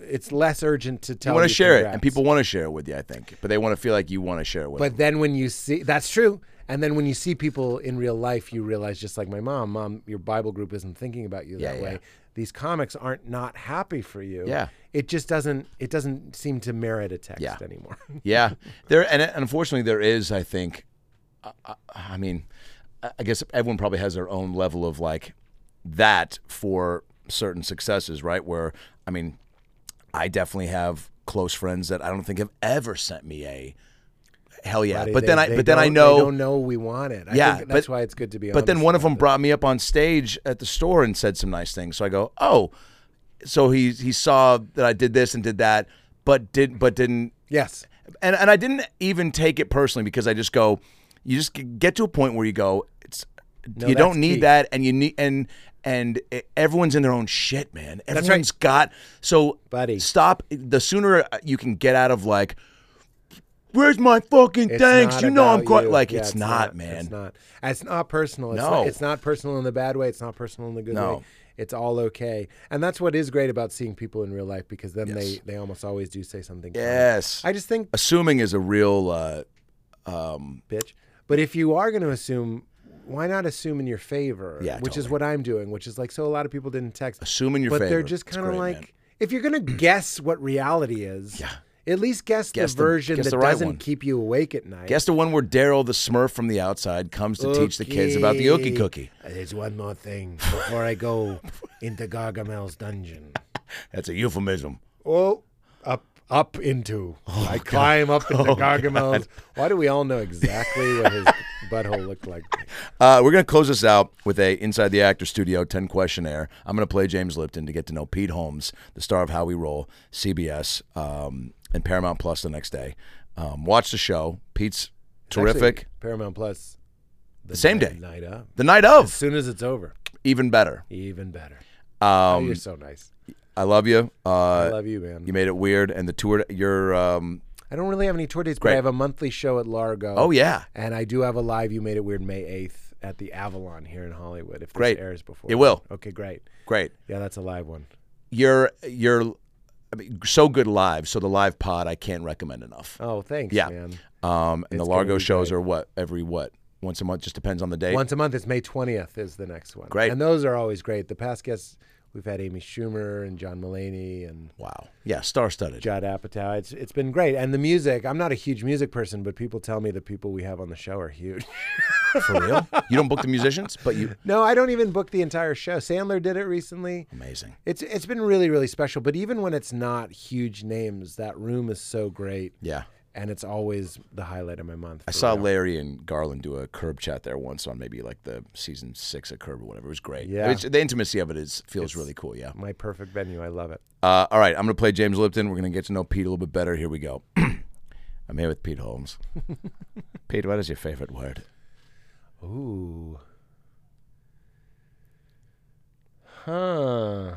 It's less urgent to tell.
You want
you
to share it,
congrats.
and people want to share it with you, I think. But they want to feel like you want to share it with them.
But then when you see, that's true. And then when you see people in real life, you realize, just like my mom, mom, your Bible group isn't thinking about you
Yeah,
that
yeah.
way. These comics aren't not happy for you.
Yeah.
It just doesn't. It doesn't seem to merit a text
Yeah.
anymore.
Yeah, there and unfortunately there is. I think, I, I, I mean, I I guess everyone probably has their own level of like that for certain successes, right? Where I mean, I definitely have close friends that I don't think have ever sent me a hell yeah,
[laughs] They-
Uh, but then
they-
I
they
but then I
don't-
know
they don't know we want it. I
Yeah,
think that's
but-
why it's good to be.
but then
honest
one of
about
them
it.
brought me up on stage at the store and said some nice things. So I go, oh, so he he saw that I did this and did that, but did but didn't
Yes.
and and I didn't even take it personally because I just go, you just g- get to a point where you go, it's you
that's
don't need
key.
that, and you need and and e- everyone's in their own shit, man. Everyone's got so
Buddy.
Stop. The sooner uh, you can get out of like. Where's my fucking
It's
thanks?
not
You know I'm
about
quite
you.
like
Yeah,
it's, not,
It's
man.
not. It's not personal. It's
No.
Not, it's not personal in the bad way. It's not personal in the good
No.
way. It's all okay. And that's what is great about seeing people in real life because then they they almost always do say something. funny.
Yes,
I just think
assuming is a real. Uh,
bitch. But if you are going to assume, why not assume in your favor?
Yeah,
which is
totally.
what I'm doing. Which is like, so a lot of people didn't text.
Assume in your
but
favor.
they're just
It's
kind of
great,
like,
man.
if you're going to guess what reality is, yeah. At least guess,
Guess the-
the version
guess
that
the right
doesn't
one.
keep you awake at night.
guess the one where Daryl the Smurf from the outside comes to teach the kids about the Ookie Cookie.
Uh, There's one more thing before
[laughs]
I go into Gargamel's dungeon.
That's a euphemism.
Oh, up, up into.
Oh
I climb up
[laughs]
into Gargamel's. Why do we all know exactly what his butthole looked like?
Uh, we're going to close this out with a Inside the Actor Studio 10 questionnaire. I'm going to play James Lipton to get to know Pete Holmes, the star of How We Roll, CBS, um, and Paramount Plus the next day. Um, watch the show. Pete's terrific.
Actually, Paramount Plus. The
Same
night-
day.
Night up.
the night
As
of,
soon as it's over,
even better.
even better. oh,
Um,
you're so nice.
I love you. Uh,
I love you, man.
you made it weird, and the tour. Your um,
I don't really have any tour dates, but
Great.
I have a monthly show at Largo.
oh yeah,
And I do have a live You Made It Weird May 8th at the Avalon here in Hollywood if this
Great.
airs before.
It will.
then. Okay, great.
great.
Yeah, that's a live one.
You're you're I mean, so good live. So the live pod I can't recommend enough.
Oh, thanks,
Yeah.
man.
Um, and the
Oh. It's
Largo
gonna be
shows
great.
are what every what once a month. Just depends on the day.
Once a month, it's May 20th is the next one.
Great.
And those are always great. The past guests, we've had Amy Schumer and John Mulaney and
Wow. Yeah, star studded.
Judd Apatow. It's, it's been great. And the music, I'm not a huge music person, but people tell me the people we have on the show are huge. [laughs]
For real? [laughs] You don't book the musicians, but you
no, I don't even book the entire show. Sandler did it recently.
amazing.
It's it's been really really special, but even when it's not huge names, that room is so great.
Yeah.
and it's always the highlight of my month.
I
for
saw
real.
Larry and Garland do a curb chat there once on maybe like the season six of Curb or whatever. It was great.
Yeah.
It's- the intimacy of it is feels really cool. Yeah.
my perfect venue. I love it.
Uh, all right, I'm gonna play James Lipton. We're gonna get to know Pete a little bit better. Here we go. [clears throat] I'm here with Pete [laughs] Holmes. Pete, what is your favorite word?
Ooh. Huh.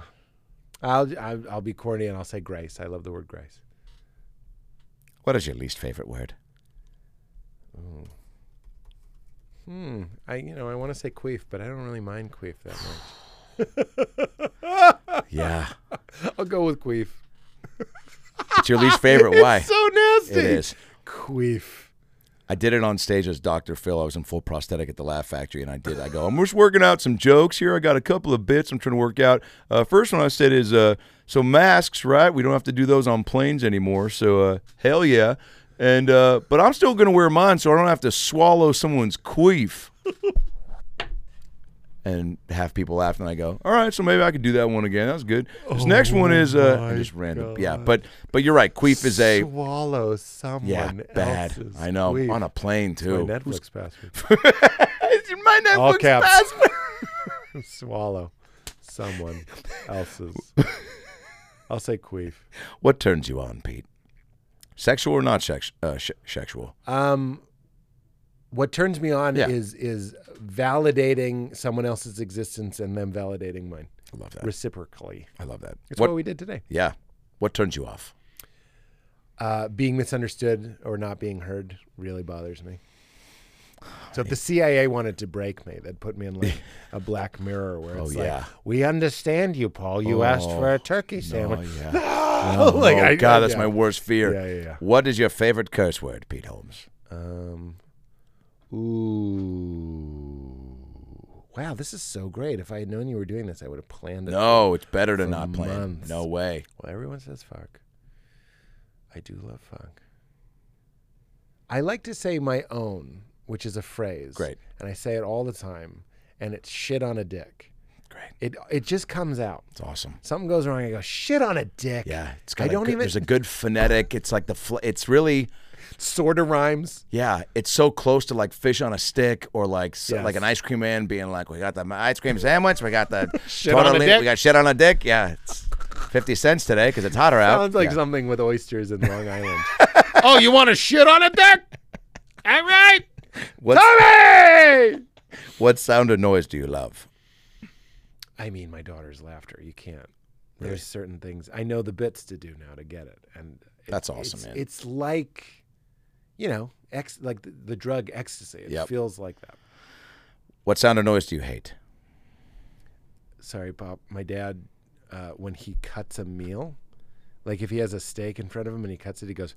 I'll, I'll I'll be corny and I'll say grace. I love the word grace.
What is your least favorite word?
Hmm. I you know I want to say queef, but I don't really mind queef that much.
Yeah.
[gasps] I'll go with queef.
[laughs] It's your least favorite. Why?
So nasty.
It is.
queef.
I did it on stage as Dr. Phil. I was in full prosthetic at the Laugh Factory, and I did. I go, I'm just working out some jokes here. I got a couple of bits I'm trying to work out. Uh, first one I said is, uh, so masks, right? We don't have to do those on planes anymore. So uh, hell yeah. And uh, but I'm still gonna wear mine, so I don't have to swallow someone's queef. [laughs] and half people laugh, and I go, "All right, so maybe I could do that one again. That was good." This next one is uh, I just random, yeah. But but you're right. Queef is a
swallow someone
yeah bad.
else's
I know
queef.
on a plane
My
too. [laughs]
[laughs] Netflix password.
My Netflix
All caps. [laughs]
password.
swallow [laughs] someone else's. I'll say queef.
What turns you on, Pete? Sexual or not sex, uh, sh- sexual?
Um, what turns me on
Yeah.
is is validating someone else's existence and them validating mine
I love that.
reciprocally.
I love that.
It's what,
What?
we did today.
Yeah. What turns you off?
Uh, being misunderstood or not being heard really bothers me. So if the CIA wanted to break me, that'd put me in
[laughs]
like a black mirror where it's like,
Oh, yeah.
we understand you, Paul. You asked for a turkey sandwich. [laughs]
yeah.
Oh, like,
oh
I-
God,
I-
that's
yeah.
my worst fear.
Yeah, yeah, yeah.
What is your favorite curse word, Pete Holmes?
Um, ooh. Wow, this is so great. If I had known you were doing this, I would have planned it.
No, it's better to not plan.
months.
No way.
Well, everyone says fuck. I do love fuck. I like to say my own, which is a phrase.
Great.
And I say it all the time, and it's shit on a dick.
Great.
It it just comes out.
It's awesome.
Something goes wrong, I go shit on a dick.
Yeah, it's
I
got. a
don't
good,
even
There's
[laughs]
a good phonetic. It's like the. Fl- it's really.
sort of rhymes.
Yeah, it's so close to like fish on a stick or like s
Yes.
like an ice cream man being like, we got the ice cream sandwich, we got the
[laughs] Shit on a
tortellini-
dick.
we got shit on a dick. Yeah, it's fifty cents today because it's hotter out.
Sounds like
Yeah.
something with oysters in Long Island.
[laughs] Oh, you want to shit on a dick? All right.
What's-
Hey!
What sound or noise do you love?
I mean, my daughter's laughter. You can't. There's certain things I know the bits to do now to get it, and it-
That's awesome,
It's,
man.
it's like, you know, ex like the, the drug ecstasy. It
Yep.
feels like that.
What sound or noise do you hate?
Sorry, Pop. My dad, uh, when he cuts a meal, like if he has a steak in front of him and he cuts it, he goes.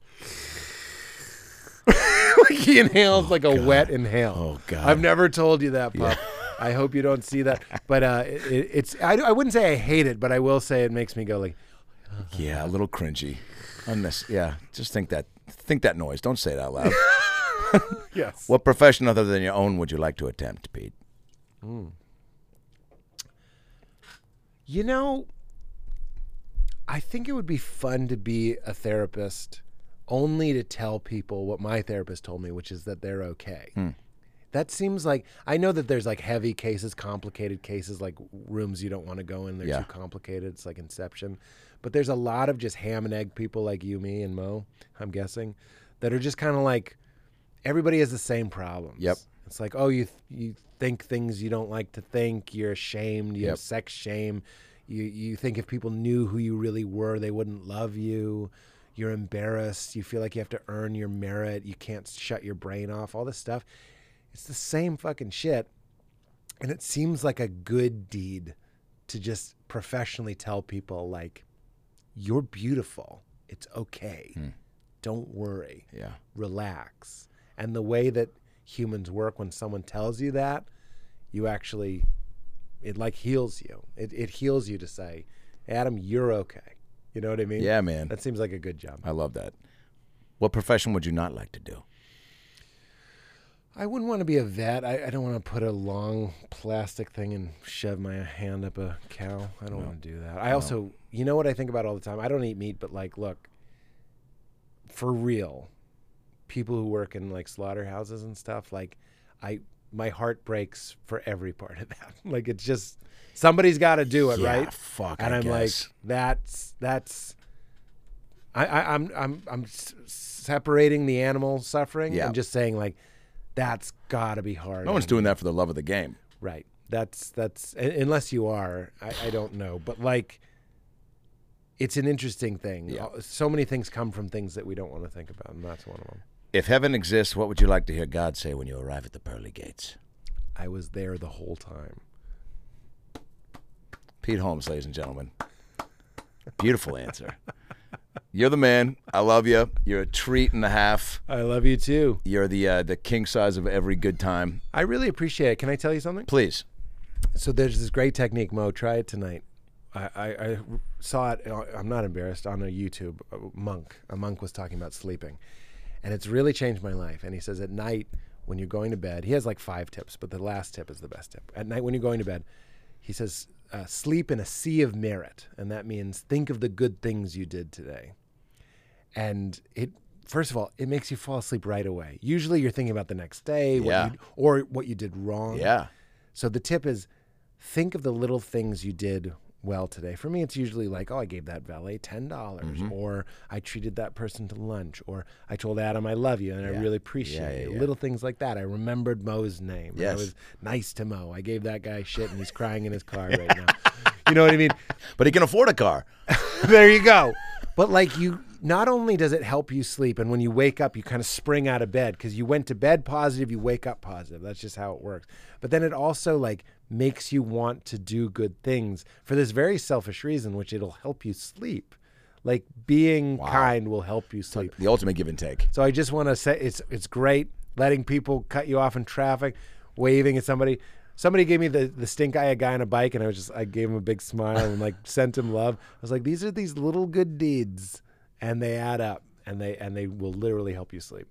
[laughs] like he inhales like a wet inhale.
Oh, God.
I've never told you that, Pop.
[laughs]
I hope you don't see that. But uh, it, it- it's I, I wouldn't say I hate it, but I will say it makes me go like.
Yeah, a little cringy. Unnecess- yeah, just think that think that noise. Don't say it out
[laughs]
loud.
Yes.
what profession other than your own would you like to attempt, Pete?
You know, I think it would be fun to be a therapist only to tell people what my therapist told me, which is that they're okay. That seems like I know that there's like heavy cases, complicated cases, like rooms you don't want to go in. They're
Yeah.
too complicated. It's like Inception. But there's a lot of just ham and egg people like you, me, and Mo, I'm guessing, that are just kind of like everybody has the same problems.
Yep.
It's like, oh, you you think things you don't like to think. You're ashamed. You
Yep.
have sex shame. You you think if people knew who you really were, they wouldn't love you. You're embarrassed. You feel like you have to earn your merit. You can't shut your brain off. All this stuff. It's the same fucking shit. And it seems like a good deed to just professionally tell people like, you're beautiful. It's okay. Don't worry
Hmm. Yeah.
relax. And the way that humans work, when someone tells you that, you actually, it like heals you. It, it heals you to say, Adam, you're okay. You know what I mean?
Yeah, man.
That seems like a good job.
I love that. What profession would you not like to do?
I wouldn't want to be a vet. I, I don't want to put a long plastic thing and shove my hand up a cow. I don't want to do that. I also, you know what I think about all the time? I don't eat meat, but like, look, for real, people who work in like slaughterhouses and stuff, like, I, my heart breaks for every part of that. [laughs] like, it's just, somebody's got to do it,
Yeah,
right?
Fuck.
and
I
I'm
guess.
like, that's that's. I, I, I'm I'm I'm s- separating the animal suffering
Yeah.
and just saying like, that's got to be hard.
no one's
And-
doing that for the love of the game.
right. That's that's u- unless you are. I, I don't know, but like, it's an interesting thing. Uh, So many things come from things that we don't want to think about, and that's one of them.
If heaven exists, what would you like to hear God say when you arrive at the pearly gates?
I was there the whole time.
Pete Holmes, ladies and gentlemen. Beautiful answer. You're the man. I love you. You're a treat and a half.
I love you too.
You're the uh, the king size of every good time.
I really appreciate it. Can I tell you something?
Please.
So there's this great technique, Mo. Try it tonight. I, I, I saw it. uh, I'm not embarrassed. On a YouTube uh, a monk, a monk was talking about sleeping, and it's really changed my life. And he says at night, when when you're going to bed, he has like five tips, but the last tip is the best tip. At night when you're going to bed, he says, uh, sleep in a sea of merit. And that means think of the good things you did today. And it, first of all, it makes you fall asleep right away. Usually you're thinking about the next day what
Yeah.
you, or what you did wrong.
Yeah.
So the tip is think of the little things you did well today. For me, it's usually like, oh, I gave that valet $10, dollars
Mm-hmm.
or I treated that person to lunch, or I told Adam I love you and I really appreciate
yeah,
it.
yeah.
Little things like that. I remembered Mo's name. and I
Yes.
was nice to Mo. I gave that guy shit and he's crying in
[laughs]
his car right now. You know what I mean?
But he can afford a car.
[laughs] there you go. But like you, not only does it help you sleep, and when you wake up, you kind of spring out of bed because you went to bed positive, you wake up positive. That's just how it works. But then it also like makes you want to do good things for this very selfish reason, which it'll help you sleep. Like being kind will help you sleep.
The ultimate give and take.
So I just want to say it's it's great letting people cut you off in traffic, waving at somebody. Somebody gave me the, the stink eye, a guy on a bike, and I was just I gave him a big smile and
[laughs]
like sent him love. I was like, these are these little good deeds, and they add up, and they and they will literally help you sleep.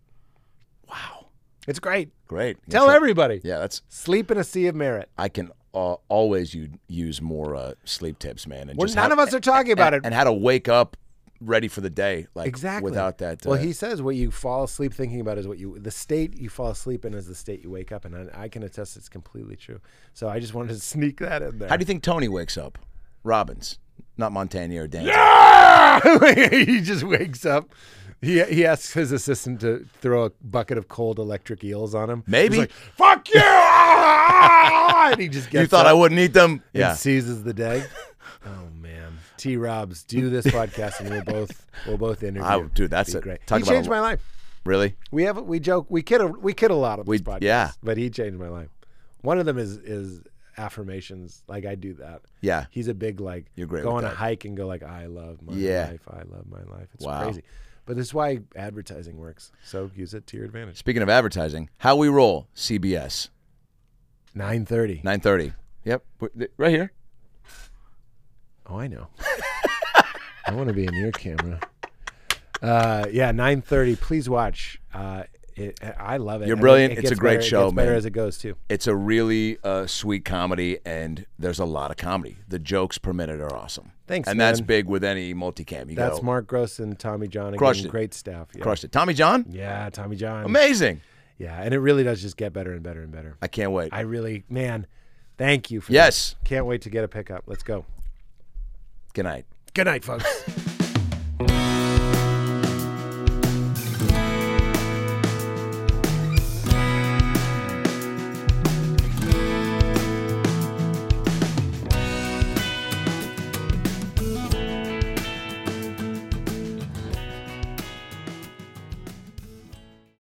Wow.
It's great.
Great.
Tell everybody.
Yeah, that's.
Sleep in a sea of merit.
I can uh, always u- use more uh, sleep tips, man. And
Well,
just
none
how-
of us are talking about
and,
it.
and how to wake up ready for the day, like
Exactly.
without that.
well,
uh,
he says what you fall asleep thinking about is what you the state you fall asleep in is the state you wake up in. And I can attest it's completely true. So I just wanted to [laughs] sneak that in there.
How do you think Tony wakes up? Robbins, not Montagnier or Danzig.
Ah! [laughs] he just wakes up. He, he asks his assistant to throw a bucket of cold electric eels on him.
Maybe.
He's like, fuck you! Ah! and he just gets
You thought
up
I wouldn't eat them?
and
Yeah.
seizes
[laughs]
the day. Oh man, T. Robs, do this podcast and we'll both we'll both interview.
I- dude, that's
Be
it.
great.
Talk
he
about a
changed
lo-
my life.
Really?
We have we joke we kid a, we kid a lot of
We-
these podcasts.
yeah.
but he changed my life. One of them is is affirmations. Like I do that.
Yeah.
he's a big like.
You're great
Go
with
on
that.
a hike and go like I love my
Yeah.
life. I love my life. It's
Wow.
crazy, but this is why advertising works. So use it to your advantage.
Speaking of advertising, how we roll CBS
Nine thirty.
9:30. Yep, We're- th- right here.
Oh, I know. [laughs] I want to be in your camera. Uh, yeah, nine thirty. Please watch. Uh, it, I love it.
You're
And it-
brilliant.
it
It's a
gets
great
better-
show,
it gets Better
man.
as it goes too.
It's a really uh, sweet comedy, and there's a lot of comedy. The jokes per minute are awesome.
Thanks,
And that's
man.
big with any multicam. You
That's
go,
Mark Gross and Tommy John.
Crushed
Again,
it.
great staff. Yeah.
crushed it. Tommy John,
Yeah, Tommy John.
amazing.
Yeah, and it really does just get better and better and better.
I can't wait.
I really, man, thank you for
yes.
this. Can't wait to get a pickup. Let's go.
Good night.
Good night, folks.